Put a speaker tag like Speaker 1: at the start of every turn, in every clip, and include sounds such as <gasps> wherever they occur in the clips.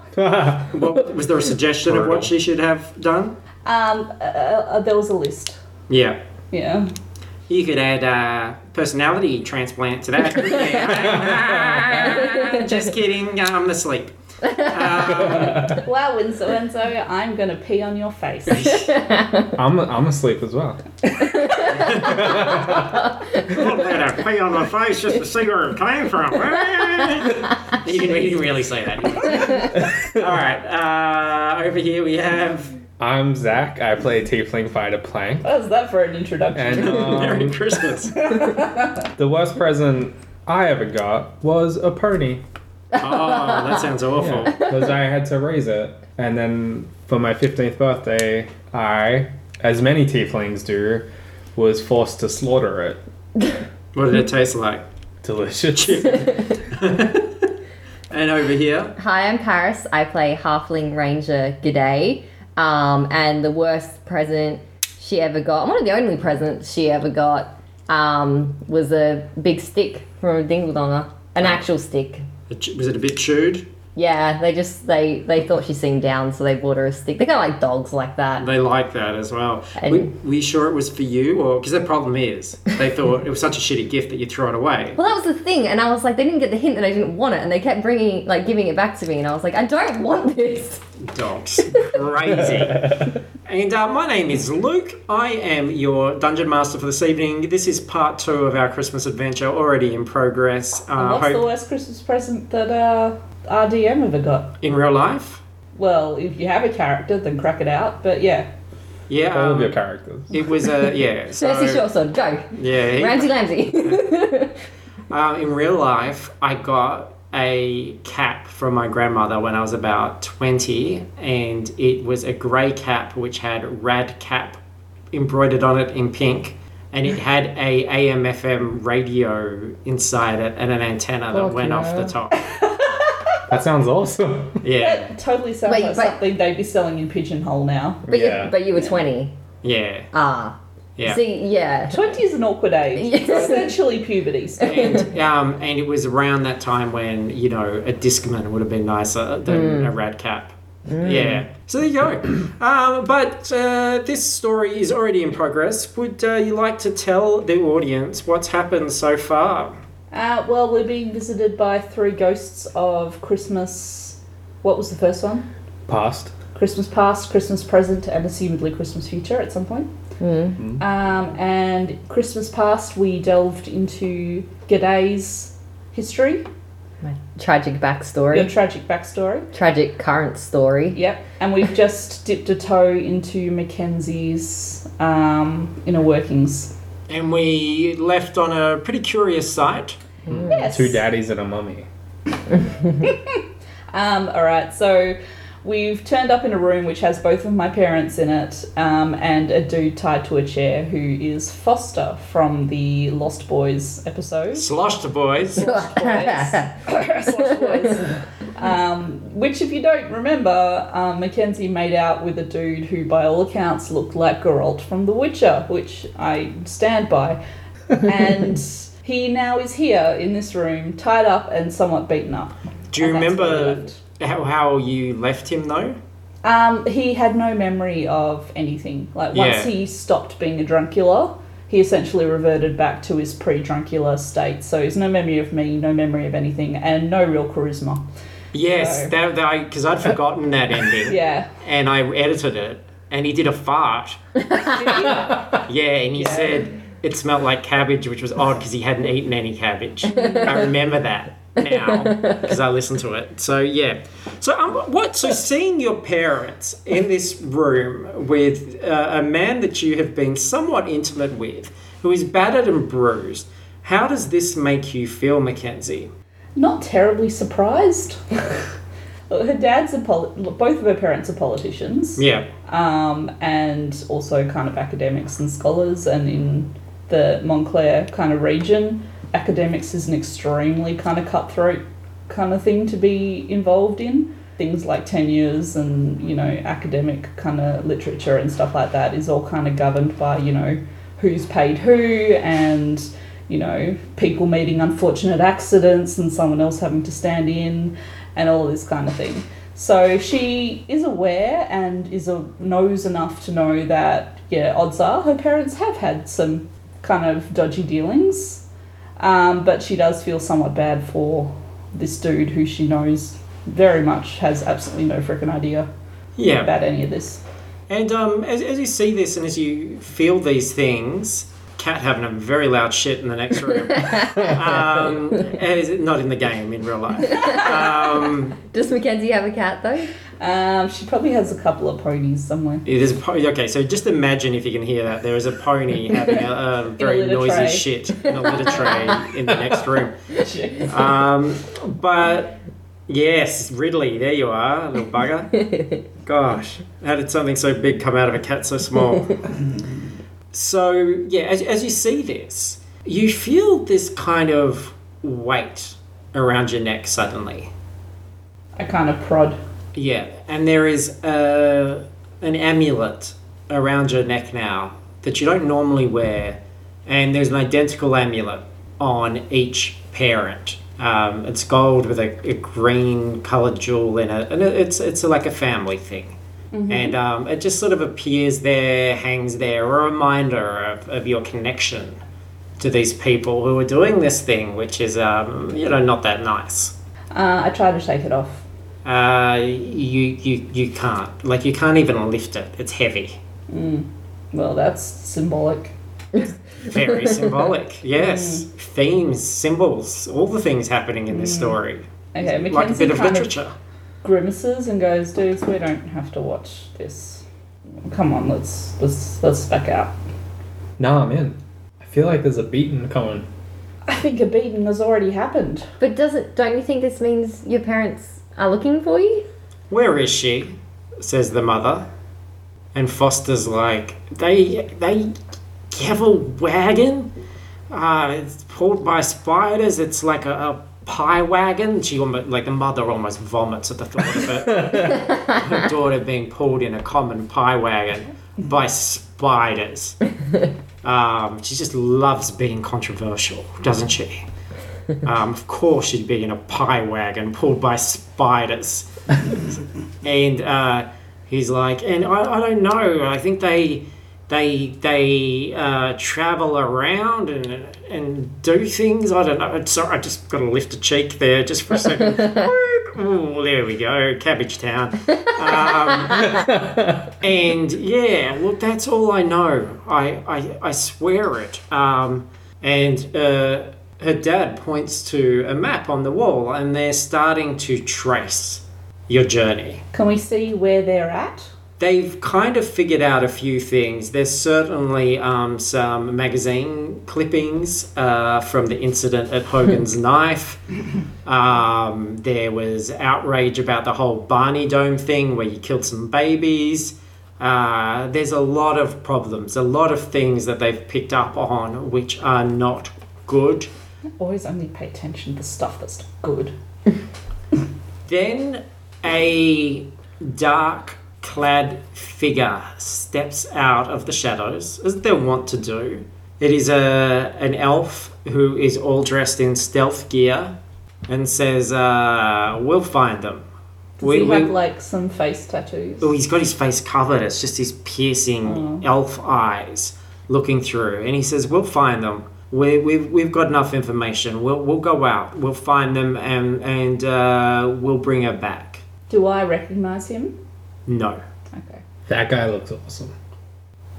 Speaker 1: What, was there a suggestion of what she should have done?
Speaker 2: Um, uh, uh, there was a list.
Speaker 1: Yeah.
Speaker 2: Yeah.
Speaker 1: You could add uh, personality transplant to <laughs> that. couldn't you? Just kidding, I'm asleep.
Speaker 2: Wow, Winsor, Winsor, I'm gonna pee on your face.
Speaker 3: I'm, I'm asleep as well.
Speaker 1: Put that a pee on my face just to see where it came <laughs> from. you, can, you can really say <laughs> that. All right, uh, over here we have
Speaker 3: I'm Zach. I play Tiefling Fighter Plank.
Speaker 2: How's that for an introduction?
Speaker 3: And
Speaker 1: Merry
Speaker 3: um,
Speaker 1: Christmas.
Speaker 3: the worst present I ever got was a pony.
Speaker 1: <laughs> Oh, that sounds
Speaker 3: <laughs>
Speaker 1: awful.
Speaker 3: Because I had to raise it. And then for my 15th birthday, I, as many tieflings do, was forced to slaughter it. <laughs>
Speaker 1: What did it taste like?
Speaker 3: Delicious.
Speaker 1: And over here,
Speaker 4: Hi, I'm Paris. I play Halfling Ranger G'day. Um, and the worst present she ever got, one of the only presents she ever got, um, was a big stick from a dingle donger. An actual stick.
Speaker 1: it- was it a bit chewed?
Speaker 4: Yeah, they just they they thought she seemed down, so they bought her a stick. They're kind of like dogs like that.
Speaker 1: They like that as well.
Speaker 4: And-
Speaker 1: we, were you sure it was for you, or because the problem is they thought it was such a shitty gift that you threw it away.
Speaker 4: Well, that was the thing, and I was like, they didn't get the hint that I didn't want it, and they kept bringing, like, giving it back to me, and I was like, I don't
Speaker 1: <laughs>
Speaker 4: want this.
Speaker 1: Dogs, crazy. <laughs> and uh, my name is Luke. I am your dungeon master for this evening. This is part two of our Christmas adventure, already in progress. Uh,
Speaker 2: What's the
Speaker 1: hope-
Speaker 2: worst Christmas present that uh, RDM ever got?
Speaker 1: in real life,
Speaker 2: Well, if you have a character, then crack it out. But yeah,
Speaker 1: yeah,
Speaker 3: All of
Speaker 1: um,
Speaker 3: your characters.
Speaker 1: it was a
Speaker 2: <laughs>
Speaker 1: yeah.
Speaker 4: Cersei
Speaker 1: So
Speaker 4: Shortsword, go.
Speaker 1: yeah, he-
Speaker 4: Ramsey
Speaker 1: <laughs>
Speaker 4: Lamsey.
Speaker 1: Uh, in real life, I got a cap from my grandmother when I was about 20, and it was a grey cap which had rad cap embroidered on it in pink. And it had a AM/FM radio inside it and an antenna that
Speaker 4: Fuck
Speaker 1: went off the
Speaker 4: yeah.
Speaker 1: top.
Speaker 3: That
Speaker 1: <laughs>
Speaker 3: sounds awesome.
Speaker 1: Yeah,
Speaker 2: that totally sounds
Speaker 4: Wait,
Speaker 2: like
Speaker 4: but-
Speaker 2: something they'd be selling in Pigeonhole now.
Speaker 4: <laughs> But,
Speaker 3: Yeah.
Speaker 4: you, but you were 20.
Speaker 1: yeah,
Speaker 4: Ah.
Speaker 1: yeah.
Speaker 4: See, yeah.
Speaker 2: 20 is an awkward age. It's
Speaker 4: <laughs> Yes.
Speaker 2: essentially puberty.
Speaker 4: <laughs>
Speaker 2: So.
Speaker 1: and um, and it was around that time when you know a discman would have been nicer than
Speaker 2: Mm.
Speaker 1: a rad cap. Yeah. So there you
Speaker 2: <clears throat>
Speaker 1: go. Um, but uh, this story is already in progress. Would uh, you like to tell the audience what's happened so far?
Speaker 2: Uh, well, we're being visited by three ghosts of Christmas. What was the first one?
Speaker 3: Past.
Speaker 2: Christmas past, Christmas present, and assumedly Christmas future at some point.
Speaker 4: Hmm.
Speaker 2: Um, and Christmas past, we delved into Gaday's history,
Speaker 4: My tragic backstory.
Speaker 2: your tragic backstory.
Speaker 4: tragic current story.
Speaker 2: Yep, and we've just dipped a toe into Mackenzie's um, inner workings.
Speaker 1: And we left on a pretty curious site.
Speaker 2: Yes.
Speaker 3: Two daddies and a mummy.
Speaker 2: Um, all right, so we've turned up in a room which has both of my parents in it um, and a dude tied to a chair who is Foster from the Lost Boys episode. <laughs>
Speaker 1: Sloshed boys.
Speaker 2: Slash boys. <laughs> Slash boys. Um, which, if you don't remember, um, Mackenzie made out with a dude who, by all accounts, looked like Geralt from The Witcher, which I stand by. And he now is here in this room, tied up and somewhat beaten up.
Speaker 1: Do you
Speaker 2: And that's where we
Speaker 1: remember
Speaker 2: left.
Speaker 1: how, how you left him though?
Speaker 2: Um, he had no memory of anything. Like
Speaker 1: Yeah.
Speaker 2: once he stopped being a drunkula, he essentially reverted back to his pre-drunkula state. So he's no memory of me, no memory of anything, and no real charisma.
Speaker 1: Yes,
Speaker 2: No.
Speaker 1: that that because I'd forgotten that ending,
Speaker 2: <laughs> Yeah.
Speaker 1: and I edited it, and he <laughs> did a fart. Yeah, and he said it smelled like cabbage, which was odd because he hadn't eaten any cabbage. I remember that now because I listened to it. So yeah, so um, what? So seeing your parents in this room with uh, a man that you have been somewhat intimate with, who is battered and bruised. How does this make you feel, Mackenzie?
Speaker 2: Not terribly surprised. her dad's a poli- both of her parents are politicians.
Speaker 1: Yeah,
Speaker 2: um, and also kind of academics and scholars. And in the Montclair kind of region, academics is an extremely kind of cutthroat kind of thing to be involved in. Things like tenures and you know academic kind of literature and stuff like that is all kind of governed by you know who's paid who and you know people meeting unfortunate accidents and someone else having to stand in and all this kind of thing. So she is aware and is a, knows enough to know that yeah, odds are her parents have had some kind of dodgy dealings, um, but she does feel somewhat bad for this dude who she knows very much has absolutely no freaking idea
Speaker 1: yeah.
Speaker 2: about any of this.
Speaker 1: And um, as, as you see this and as you feel these things, Cat having a very loud shit in the next
Speaker 2: <laughs>
Speaker 1: room. um, as, not in the game, in real life.
Speaker 2: <laughs>
Speaker 1: Um,
Speaker 4: Does Mackenzie have a cat though?
Speaker 2: Um, she probably has a couple of ponies somewhere.
Speaker 1: it is a po- okay, so just imagine if you can hear that. There is a pony having a, a very
Speaker 2: litter
Speaker 1: noisy
Speaker 2: tray.
Speaker 1: shit in a litter tray in the next room. Um, but yes, Ridley, there you are, little bugger. Gosh, how did something so big come out of a cat so small? so yeah, as, as you see this, you feel this kind of weight around your neck suddenly.
Speaker 2: <laughs> I kind of prod.
Speaker 1: Yeah, and there is uh, an amulet around your neck now that you don't normally wear, and there's an identical amulet on each parent. Um, it's gold with a, a green colored jewel in it, and it- it's it's like a family thing. And um, it just sort of appears there, hangs there, a reminder of, of your connection to these people who are doing this thing, which is, um, you know, not that nice.
Speaker 2: Uh, I try to take it off.
Speaker 1: Uh, you you you can't like you can't even lift it. It's heavy.
Speaker 2: Well, that's symbolic.
Speaker 1: Very symbolic. Yes, themes, symbols, all the things happening in this story.
Speaker 2: Okay, Mackenzie
Speaker 1: like a bit of
Speaker 2: kind
Speaker 1: literature.
Speaker 2: grimaces and goes, "Dudes, we don't have to watch this. Come on, let's let's let's back out."
Speaker 3: Nah, man. I feel like there's a beating coming.
Speaker 2: I think a beating has already happened.
Speaker 4: But doesn't don't you think this means your parents are looking for you?
Speaker 1: Where is she? Says the mother. And Foster's like, they they have a wagon. Uh, it's pulled by spiders. It's like a, a pie wagon. She almost like the mother almost vomits at the thought of it. Her daughter being pulled in a common pie wagon by spiders. Um, she just loves being controversial, doesn't she? Um, of course, she'd be in a pie wagon pulled by spiders and uh, he's like, and I, I don't know. I think they they they uh, travel around and and do things. I don't know. Sorry, I just got to lift a cheek there just for a second. Ooh, there we go, Cabbage Town. Um, and yeah, well, that's all I know. I I, I swear it. Um, and uh, her dad points to a map on the wall, and they're starting to trace your journey
Speaker 2: Can we see where they're at?
Speaker 1: they've kind of figured out a few things. There's certainly um, some magazine clippings uh, from the incident at Hogan's knife. Um, there was outrage about the whole Barney Dome thing where you killed some babies. Uh, there's a lot of problems, a lot of things that they've picked up on which are not good.
Speaker 2: Always only pay attention to stuff that's good.
Speaker 1: Then a dark clad figure steps out of the shadows, as they want to do. It is a an elf who is all dressed in stealth gear and says, uh, we'll find them.
Speaker 2: Does he have like some face tattoos?
Speaker 1: Oh, he's got his face covered. It's just these piercing
Speaker 2: Mm.
Speaker 1: elf eyes looking through. And he says, We'll find them. We, we've, we've got enough information. We'll, we'll go out. We'll find them and, and uh, we'll bring her back.
Speaker 2: Do I recognise him?
Speaker 1: No.
Speaker 2: Okay.
Speaker 3: That guy looks awesome.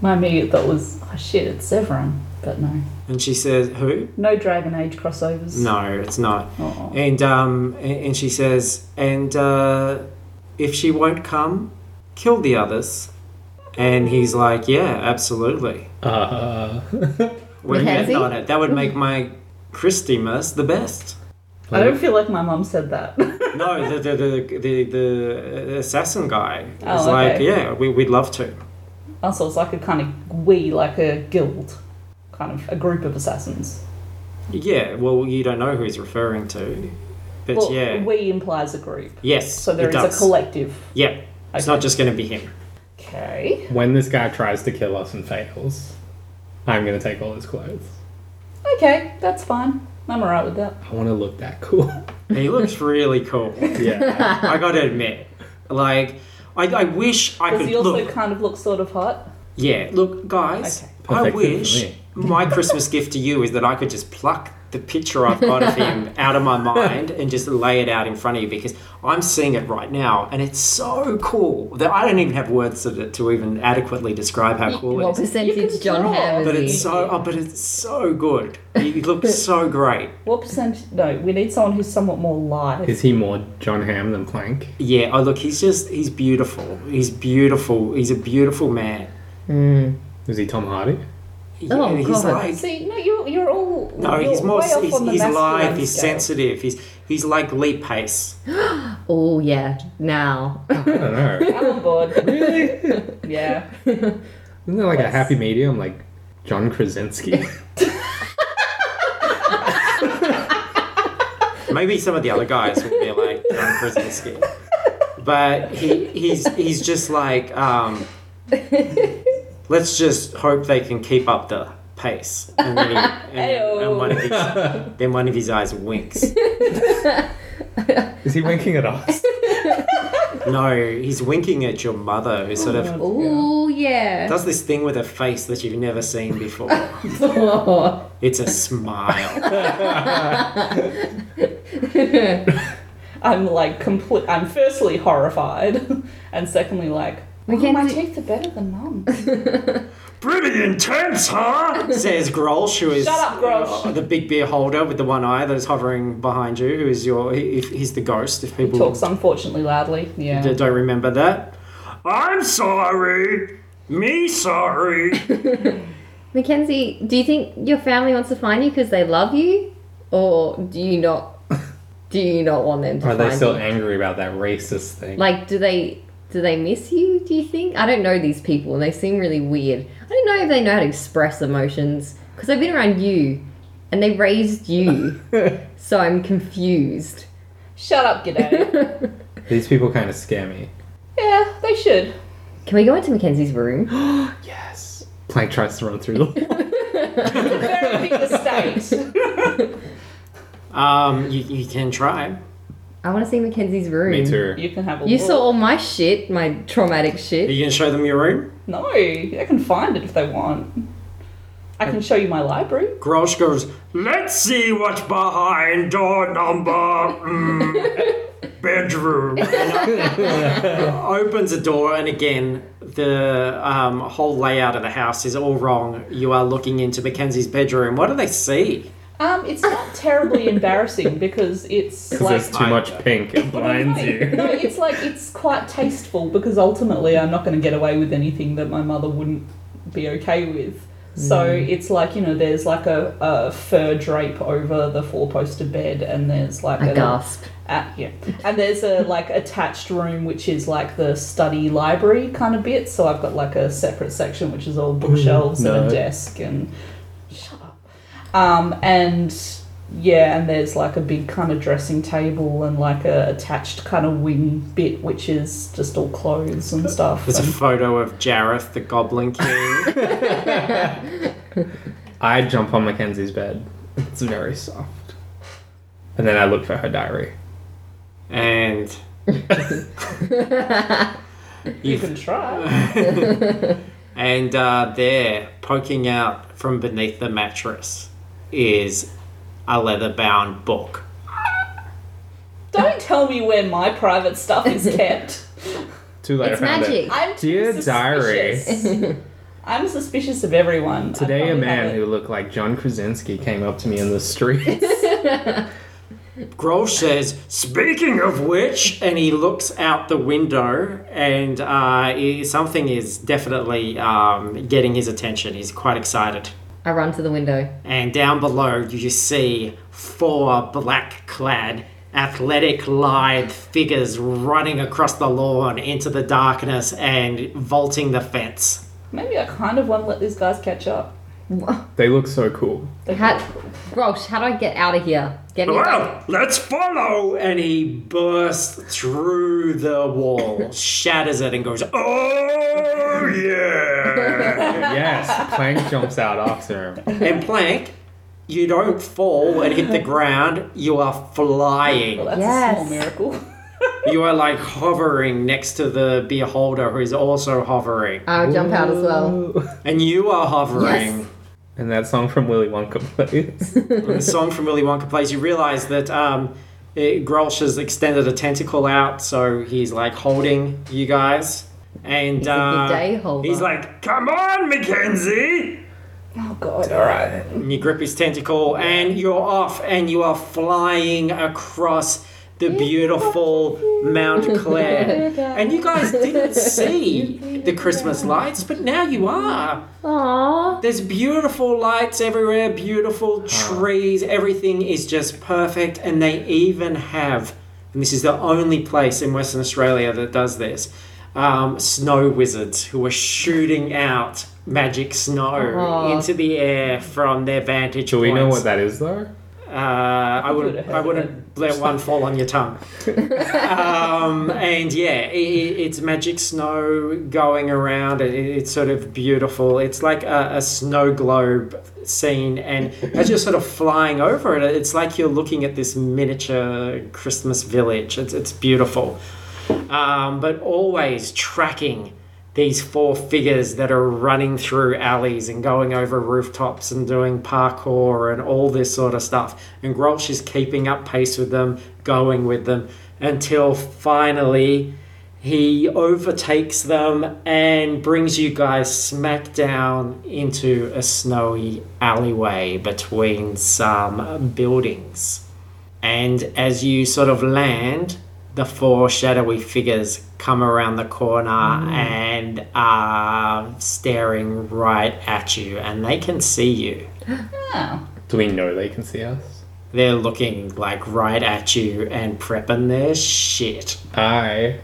Speaker 2: My immediate thought was, oh shit, it's Severin. But no.
Speaker 1: And she says, Who?
Speaker 2: No Dragon Age crossovers.
Speaker 1: No, it's not.
Speaker 2: Uh-uh.
Speaker 1: And, um, a- and she says, And uh, if she won't come, kill the others. And he's like, Yeah, absolutely.
Speaker 3: Uh, <laughs>
Speaker 1: We're
Speaker 4: Mackenzie?
Speaker 1: heading on it. That would make my Christmas the best.
Speaker 2: I don't feel like my mum said that. <laughs>
Speaker 1: No, the the the the, the assassin guy
Speaker 2: Oh,
Speaker 1: was like,
Speaker 2: okay.
Speaker 1: yeah, we, we'd love to.
Speaker 2: Also, it's like a kind of we, like a guild, kind of a group of assassins.
Speaker 1: Yeah, well, you don't know who he's referring to, but
Speaker 2: well,
Speaker 1: yeah,
Speaker 2: we implies a group.
Speaker 1: yes,
Speaker 2: So there
Speaker 1: it
Speaker 2: is
Speaker 1: does.
Speaker 2: a collective.
Speaker 1: Yeah, it's not
Speaker 2: Okay.
Speaker 1: just going to be him.
Speaker 2: Okay.
Speaker 3: when this guy tries to kill us and fails, I'm gonna take all his clothes.
Speaker 2: Okay, that's fine. I'm alright with that.
Speaker 3: I want to look that cool.
Speaker 1: He looks really cool.
Speaker 3: <laughs> yeah.
Speaker 1: <laughs> I got to admit, like, I, I wish I
Speaker 2: Does
Speaker 1: could
Speaker 2: he also
Speaker 1: look.
Speaker 2: kind of look sort of hot?
Speaker 1: Yeah, look, guys,
Speaker 2: Okay.
Speaker 1: I
Speaker 3: Perfect fit for
Speaker 1: wish
Speaker 3: me.
Speaker 1: my Christmas gift to you is that I could just pluck the picture I've got of
Speaker 2: <laughs>
Speaker 1: him out of my mind and just lay it out in front of you because I'm seeing it right now and it's so cool that I don't even have words to, to even adequately describe how cool
Speaker 4: What
Speaker 1: it is.
Speaker 4: percentage John
Speaker 2: draw.
Speaker 4: Hamm
Speaker 1: But it's
Speaker 4: is he?
Speaker 1: so, oh, but it's so good. You look so great.
Speaker 2: What percent? No, we need someone who's somewhat more live.
Speaker 3: <laughs> Is he more John Ham than Plank?
Speaker 1: Yeah. Oh, look, he's just, he's beautiful. He's beautiful. He's a beautiful man.
Speaker 3: Is he Tom Hardy?
Speaker 1: Yeah,
Speaker 4: Oh,
Speaker 1: he's
Speaker 4: God.
Speaker 1: like,
Speaker 2: See, no, you're, you're all.
Speaker 1: No,
Speaker 2: you're
Speaker 1: he's more.
Speaker 2: way off
Speaker 1: He's,
Speaker 2: on the
Speaker 1: he's
Speaker 2: masculine
Speaker 1: live. He's
Speaker 2: scale.
Speaker 1: sensitive. He's he's like Lee Pace.
Speaker 4: Oh yeah, now.
Speaker 3: I don't know.
Speaker 2: I'm on board.
Speaker 3: <laughs> really? Isn't
Speaker 2: <laughs> yeah.
Speaker 3: there like a happy medium, like John Krasinski?
Speaker 1: Maybe some of the other guys will be like John Krasinski, but he he's he's just like. Um, let's just hope they can keep up the pace. And then, he, and, then- and one
Speaker 2: <laughs>
Speaker 1: of his, then one of his eyes winks.
Speaker 3: <laughs> Is he winking at us?
Speaker 1: No, he's winking at your mother, who sort of
Speaker 4: Oh yeah.
Speaker 1: does this thing with her face that you've never seen
Speaker 2: <laughs>
Speaker 1: before. It's a smile.
Speaker 2: I'm like complete. I'm firstly horrified, <laughs> and secondly like. Oh, my
Speaker 4: Mackenzie-
Speaker 2: teeth are better than mum.
Speaker 1: Pretty intense, huh? Says Grolsch, who is
Speaker 2: Shut up, Grolsch.
Speaker 1: uh, the big beer holder with the one eye that is hovering behind you, who is your, he, he's the ghost, if people
Speaker 2: Talks unfortunately loudly. Yeah.
Speaker 1: d- don't remember that. I'm sorry. Me sorry.
Speaker 4: Mackenzie, do you think your family wants to find you because they love you, or do you not? Do you not want them to
Speaker 3: <laughs> Are
Speaker 4: find
Speaker 3: they still
Speaker 4: you?
Speaker 3: angry about that racist thing?
Speaker 4: Like, do they do they miss you? Do you think? I don't know these people. They seem really weird. I don't know if they know how to express emotions because they've been around you, and they raised
Speaker 3: <laughs>
Speaker 4: you. so I'm confused.
Speaker 2: Shut up,
Speaker 4: <laughs>
Speaker 2: G'day.
Speaker 3: These people kind of scare me.
Speaker 2: yeah, they should.
Speaker 4: Can we go into Mackenzie's room?
Speaker 3: Yes. Plank tries to run through the <laughs> wall.
Speaker 2: Very big estate.
Speaker 1: Um, you, you can try.
Speaker 4: I want to see Mackenzie's room.
Speaker 3: Me too.
Speaker 2: You can have a
Speaker 4: You
Speaker 2: look.
Speaker 4: saw all my shit, my traumatic shit.
Speaker 1: Are you going to show them your room?
Speaker 2: No, they can find it if they want. I can show you my library.
Speaker 1: Grolsch goes, Let's see what's behind door number. mm, <laughs> bedroom. <laughs> opens a door and again the um, whole layout of the house is all wrong you are looking into mackenzie's bedroom what do they see
Speaker 2: Um, it's not
Speaker 4: <laughs>
Speaker 2: terribly embarrassing because it's
Speaker 3: Because
Speaker 2: like
Speaker 3: there's too much <laughs> pink. It blinds
Speaker 2: No,
Speaker 3: <laughs> you.
Speaker 2: it's like it's quite tasteful because ultimately I'm not going to get away with anything that my mother wouldn't be okay with. So
Speaker 4: Mm.
Speaker 2: it's like you know, there's like a, a fur drape over the four-poster bed, and there's like
Speaker 4: I gasp.
Speaker 2: Uh, yeah, and there's a like attached room which is like the study library kind of bit. So I've got like a separate section which
Speaker 3: Mm,
Speaker 2: is all bookshelves and
Speaker 3: no.
Speaker 2: a desk and shut up. Um, and yeah, and there's like a big kind of dressing table and like a attached kind of wing bit, which is just all clothes and stuff.
Speaker 1: There's a
Speaker 2: And-
Speaker 1: photo of Jareth, the Goblin King.
Speaker 3: I jump on Mackenzie's bed. It's very soft. And then I look for her diary.
Speaker 1: and
Speaker 2: you can try.
Speaker 1: and uh, there, poking out from beneath the mattress, is a leather-bound book.
Speaker 2: Don't tell me where my private stuff
Speaker 3: <laughs>
Speaker 2: is kept.
Speaker 3: Too late.
Speaker 4: It's
Speaker 3: I found
Speaker 4: magic.
Speaker 3: It.
Speaker 2: I'm too
Speaker 3: Dear diary.
Speaker 2: suspicious. I'm suspicious of everyone. I
Speaker 3: Today, a
Speaker 2: probably
Speaker 3: man
Speaker 2: have it.
Speaker 3: who looked like John Krasinski came up to me in the street.
Speaker 4: <laughs>
Speaker 1: Grosh says, "Speaking of which," and he looks out the window, and uh, he- something is definitely um, getting his attention. He's quite excited.
Speaker 4: I run to the window.
Speaker 1: And down below, you see four black clad, athletic, lithe figures running across the lawn into the darkness and vaulting the fence.
Speaker 2: Maybe I kind of want to let these guys catch up.
Speaker 3: they look so cool.
Speaker 2: They
Speaker 4: How, Grosh, how do I get out of here? Get me back.
Speaker 1: let's follow! And he bursts through the wall, shatters it, and goes, Oh, yeah!
Speaker 4: <laughs>
Speaker 3: Yes, Plank jumps out after him.
Speaker 1: and Plank, you don't fall and hit the ground, you are flying.
Speaker 2: Well, that's
Speaker 4: Yes.
Speaker 2: a small miracle. <laughs>
Speaker 1: You are like hovering next to the beholder who is also hovering.
Speaker 4: I'll jump out as well.
Speaker 1: And you are hovering.
Speaker 3: <laughs> And that song from Willy Wonka
Speaker 4: <laughs>
Speaker 3: plays.
Speaker 1: <laughs> The song from Willy Wonka plays, you realize that um, it, Grolsch has extended a tentacle out, so he's like holding you guys. And
Speaker 4: a
Speaker 1: uh,
Speaker 4: good day holder.
Speaker 1: he's like, Come on, Mackenzie!
Speaker 2: Oh god. All right.
Speaker 1: And you grip his tentacle, and you're off, and you are flying across the beautiful Mount <laughs> Clare. And you guys didn't see the Christmas lights, but now you are.
Speaker 4: Aww.
Speaker 1: There's beautiful lights everywhere, beautiful trees, everything is just perfect, and they even have, and this is the only place in Western Australia that does this, um, snow wizards who are shooting out magic snow
Speaker 4: Aw.
Speaker 1: into the air from their vantage
Speaker 3: Do we know what
Speaker 1: points.
Speaker 3: that is though?
Speaker 1: Uh, I
Speaker 2: Good.
Speaker 1: would I wouldn't let one fall on your tongue. um, and yeah, i i it's magic snow going around. It, it- it's sort of beautiful. It's like a, a snow globe scene, and as you're sort of flying over it, it's like you're looking at this miniature Christmas village. It's it's beautiful, um, but always tracking. These four figures that are running through alleys and going over rooftops and doing parkour and all this sort of stuff. And Grolsch is keeping up pace with them, going with them, until finally he overtakes them and brings you guys smack down into a snowy alleyway between some buildings. And as you sort of land, the four shadowy figures come around the corner and are staring right at you, and they can see you.
Speaker 2: Oh.
Speaker 3: Do we know they can see us?
Speaker 1: They're looking like right at you and prepping their shit.
Speaker 3: I.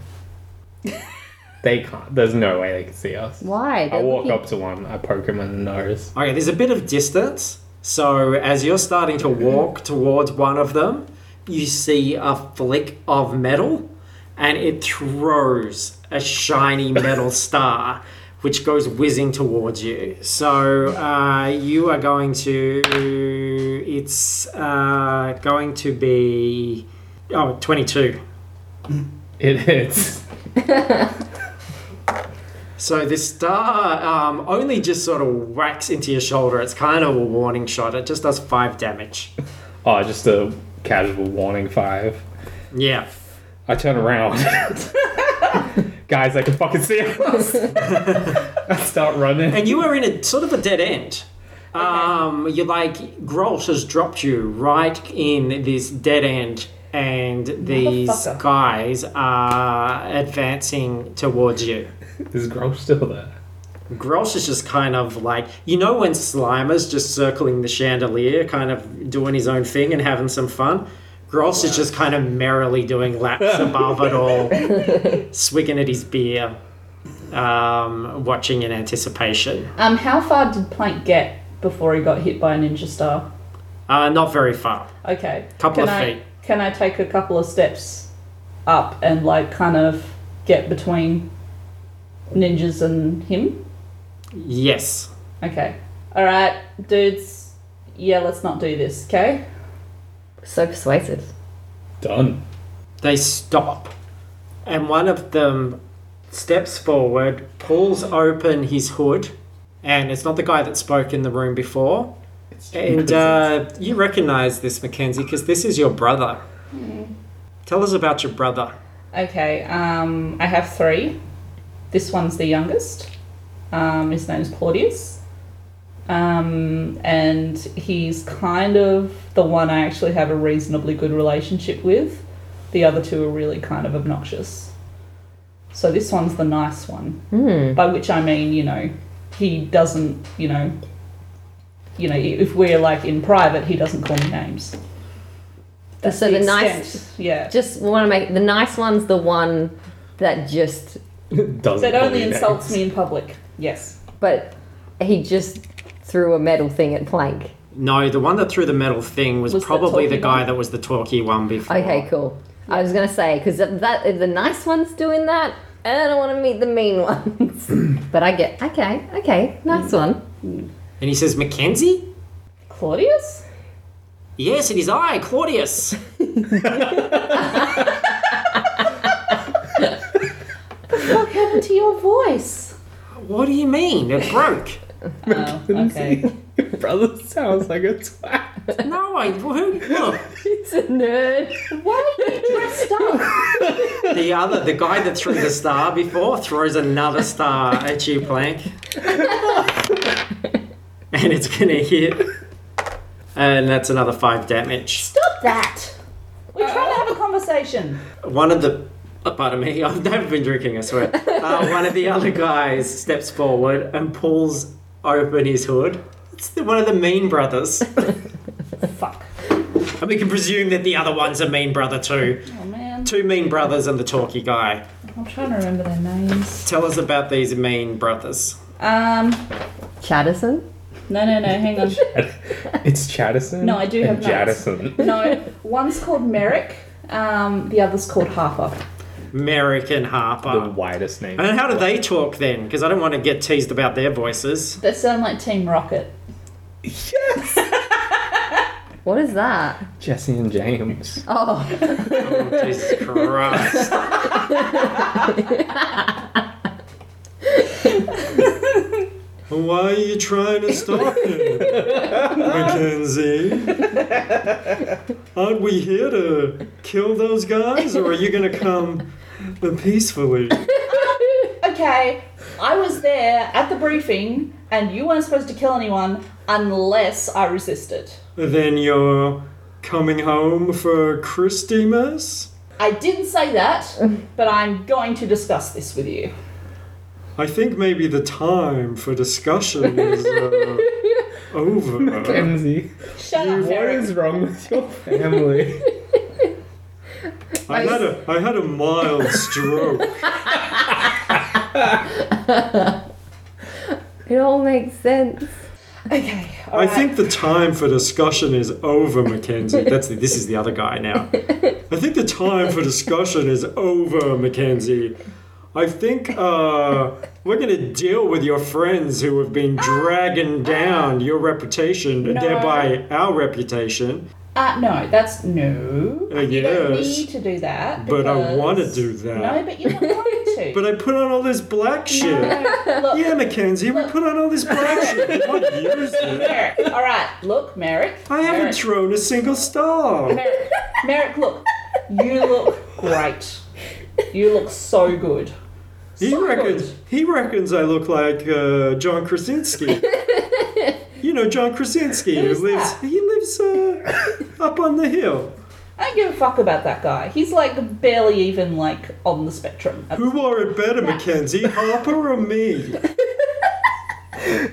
Speaker 3: They can't. There's no way they can see us.
Speaker 4: Why?
Speaker 3: I
Speaker 4: They're
Speaker 3: walk
Speaker 4: looking-
Speaker 3: up to one. I poke him in the nose.
Speaker 1: Okay, there's a bit of distance. So as you're starting to walk towards one of them, you see a flick of metal and it throws a shiny metal star which goes whizzing towards you. So uh, you are going to. It's uh, going to be. Oh, 22.
Speaker 3: It hits.
Speaker 1: So this star um, only just sort of whacks into your shoulder. It's kind of a warning shot. It just does five damage.
Speaker 3: Oh, just a casual warning five.
Speaker 1: Yeah.
Speaker 3: I
Speaker 2: <laughs>
Speaker 3: turn around. Guys, I can fucking see us. I start running.
Speaker 1: and you are in a sort of a dead end. Um, you're like Grosh has dropped you right in this dead end, and these
Speaker 2: Motherfucker.
Speaker 1: guys are advancing towards you.
Speaker 3: Is Grosh still there?
Speaker 1: Grosh is just kind of like you know when Slimer's just circling the chandelier, kind of doing his own thing and having some fun. Grosh is just kind of merrily doing laps above it all, swigging at his beer, um, watching in anticipation.
Speaker 2: Um. How far did Plank get before he got hit by a ninja star?
Speaker 1: Uh, not very far.
Speaker 2: Okay.
Speaker 1: Couple
Speaker 2: can
Speaker 1: of
Speaker 2: I,
Speaker 1: feet.
Speaker 2: Can I take a couple of steps up and like kind of get between ninjas and him?
Speaker 1: Yes.
Speaker 2: Okay. All right, dudes. Yeah, let's not do this. Okay.
Speaker 4: So persuasive.
Speaker 3: Done.
Speaker 1: They stop, and one of them steps forward, pulls open his hood, and it's not the guy that spoke in the room before. And uh, you recognize this, Mackenzie, because this is your brother.
Speaker 2: Hmm.
Speaker 1: Tell us about your brother.
Speaker 2: Okay. Um, I have three. This one's the youngest. Um, his name's Claudius. Um, and he's kind of the one I actually have a reasonably good relationship with. The other two are really kind of obnoxious. So this one's the nice one.
Speaker 4: Hmm.
Speaker 2: By which I mean, you know, he doesn't, you know, you know, if we're like in private, he doesn't call me names.
Speaker 4: So the nice-
Speaker 2: extent, yeah.
Speaker 4: Just want to make the nice one's the one that just,
Speaker 3: Doesn't
Speaker 2: That only
Speaker 3: believe
Speaker 2: insults
Speaker 3: it.
Speaker 2: me in public. Yes.
Speaker 4: but he just threw a metal thing at Plank.
Speaker 1: No, the one that threw the metal thing was,
Speaker 2: Was the
Speaker 1: probably the,
Speaker 2: talky
Speaker 1: guy
Speaker 2: one?
Speaker 1: that was the talky one before.
Speaker 4: Okay,
Speaker 2: Oh.
Speaker 4: cool. I was gonna say because that if the nice one's doing that, I don't want to meet the
Speaker 2: <clears throat>
Speaker 4: mean ones. but I get okay, okay, nice one.
Speaker 1: And he says, Mackenzie?
Speaker 2: Claudius?
Speaker 1: Yes, it is I,
Speaker 2: <laughs>
Speaker 1: Claudius.
Speaker 2: What happened to your voice?
Speaker 1: what do you mean? It broke.
Speaker 2: Oh, okay.
Speaker 3: Your brother sounds like a twat.
Speaker 1: No, I. Who, look,
Speaker 4: He's a <laughs> nerd.
Speaker 2: Why are you dressed up?
Speaker 1: the other, the guy that threw the star before, throws another star at you, Plank. and it's gonna hit. And that's another five damage.
Speaker 2: Stop that! We're trying to have a conversation.
Speaker 1: One of the. Oh, pardon me, <laughs> I've never been drinking, I swear. Uh, one of the other guys steps forward and pulls open his hood. It's the, one of the mean brothers.
Speaker 2: Fuck.
Speaker 1: And we can presume that the other one's a mean brother too.
Speaker 2: Oh man.
Speaker 1: Two mean brothers and the talky guy.
Speaker 2: I'm trying to remember their names.
Speaker 1: Tell us about these mean brothers.
Speaker 2: Um,
Speaker 4: Chatterson.
Speaker 2: no, no, no, hang
Speaker 3: <laughs>
Speaker 2: on.
Speaker 3: It's Chatterson.
Speaker 2: No, I do have
Speaker 3: and
Speaker 2: notes.
Speaker 3: Jadison.
Speaker 2: No, one's called Merrick, um, the other's called Harper.
Speaker 1: American Harper.
Speaker 3: The widest name.
Speaker 1: And how do they talk then? Because I don't want to get teased about their
Speaker 2: <laughs>
Speaker 1: voices.
Speaker 2: They sound like Team Rocket.
Speaker 4: What is that?
Speaker 3: Jesse
Speaker 2: <laughs>
Speaker 3: and James.
Speaker 4: Oh,
Speaker 1: Oh, Jesus Christ. Why are you trying to stop him, Mackenzie? Aren't we here to kill those guys, or are you going to come peacefully?
Speaker 2: Okay, I was there at the briefing, and you weren't supposed to kill anyone unless I resisted.
Speaker 1: Then you're coming home for Christmas?
Speaker 2: I didn't say
Speaker 3: <laughs>
Speaker 2: that, but I'm going to discuss this with you.
Speaker 1: I think maybe the time for discussion is uh,
Speaker 2: <laughs>
Speaker 1: over.
Speaker 3: Kenzie,
Speaker 2: Shut up,
Speaker 3: what
Speaker 2: Merrick.
Speaker 3: is wrong with
Speaker 2: <laughs>
Speaker 3: your family?
Speaker 1: I had a I had a
Speaker 2: <laughs>
Speaker 1: mild stroke.
Speaker 4: it all makes sense.
Speaker 2: Okay,
Speaker 1: I
Speaker 2: alright.
Speaker 1: think the time for discussion is over, Mackenzie. That's the, this is the other guy
Speaker 2: <laughs>
Speaker 1: now. I think the time for discussion is over, Mackenzie. I think uh, we're going to deal with your friends who have been
Speaker 2: <laughs>
Speaker 1: dragging down your reputation, and
Speaker 2: No.
Speaker 1: thereby our reputation.
Speaker 2: Uh, no, that's no.
Speaker 1: Uh,
Speaker 2: You don't
Speaker 1: yes,
Speaker 2: need to do that.
Speaker 1: but I want to
Speaker 2: because-
Speaker 1: do
Speaker 2: No,
Speaker 1: that.
Speaker 2: but you don't want to.
Speaker 1: <laughs> But I put on all this black shit.
Speaker 2: No, look,
Speaker 1: Yeah, Mackenzie, we put on all this
Speaker 2: <laughs>
Speaker 1: black shit. We won't use it.
Speaker 2: Merrick. All right, look, Merrick.
Speaker 1: I haven't
Speaker 2: Merrick,
Speaker 1: thrown a single star.
Speaker 2: Merrick, Merrick, look. You look great. You look so good.
Speaker 1: He
Speaker 2: So
Speaker 1: reckons
Speaker 2: good.
Speaker 1: he reckons I look like uh, John
Speaker 2: <laughs>
Speaker 1: Krasinski. you know John Krasinski
Speaker 2: Who's
Speaker 1: who lives
Speaker 2: that?
Speaker 1: he lives uh, up on the hill.
Speaker 2: I don't give a fuck about that guy. He's like barely even like on the spectrum.
Speaker 1: Who wore it better, Mackenzie, Harper or me?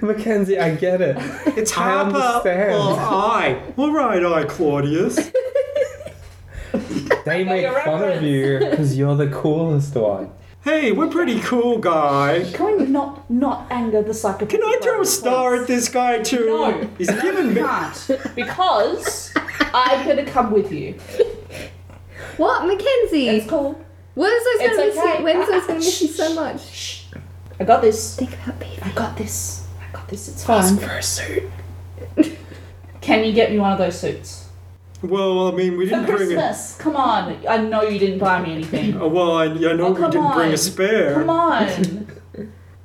Speaker 3: Mackenzie, I get it.
Speaker 1: It's
Speaker 3: I
Speaker 1: Harper
Speaker 3: understand.
Speaker 1: or I. All right, I Claudius.
Speaker 3: They make
Speaker 2: your
Speaker 3: fun of
Speaker 2: reference.
Speaker 3: you because you're the coolest one.
Speaker 1: hey, we're pretty cool, guy.
Speaker 2: Can we not not anger the psychopath?
Speaker 1: Can I throw a star at this guy too?
Speaker 2: No.
Speaker 1: He's given me.
Speaker 2: can't because I'm gonna come with you.
Speaker 4: What, Mackenzie?
Speaker 2: It's cool.
Speaker 4: When's those
Speaker 2: It's
Speaker 4: gonna miss
Speaker 2: okay.
Speaker 4: you? When's those gonna miss you so much?
Speaker 2: Shh. I got this.
Speaker 4: Think about Peter.
Speaker 2: I got this. I got this. It's fine.
Speaker 3: For a suit.
Speaker 2: <laughs> Can you get me one of those suits
Speaker 1: Well, I mean, we
Speaker 2: for
Speaker 1: didn't bring it.
Speaker 2: Christmas? Come on. I know you didn't buy me <laughs> anything.
Speaker 1: Oh, well, I, I know
Speaker 2: Oh,
Speaker 1: we
Speaker 2: come
Speaker 1: didn't bring
Speaker 2: on.
Speaker 1: a spare.
Speaker 2: Come on.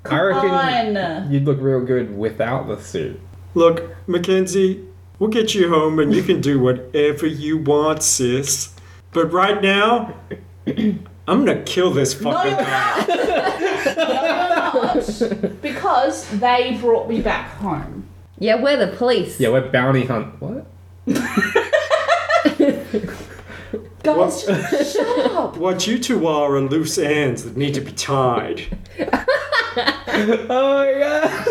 Speaker 3: I reckon
Speaker 2: Come on.
Speaker 3: you'd look real good without the suit.
Speaker 1: Look, Mackenzie, we'll get you home and you can do whatever you want, sis. But right now, I'm gonna kill this
Speaker 2: No,
Speaker 1: fucking
Speaker 2: you're
Speaker 1: guy.
Speaker 2: not. no, you're not. Because they brought me back home.
Speaker 4: Yeah, we're the police.
Speaker 3: Yeah, we're bounty hunt. What?
Speaker 2: Guys, shut up.
Speaker 1: What you two are are loose ends that need to be tied.
Speaker 3: Oh yeah.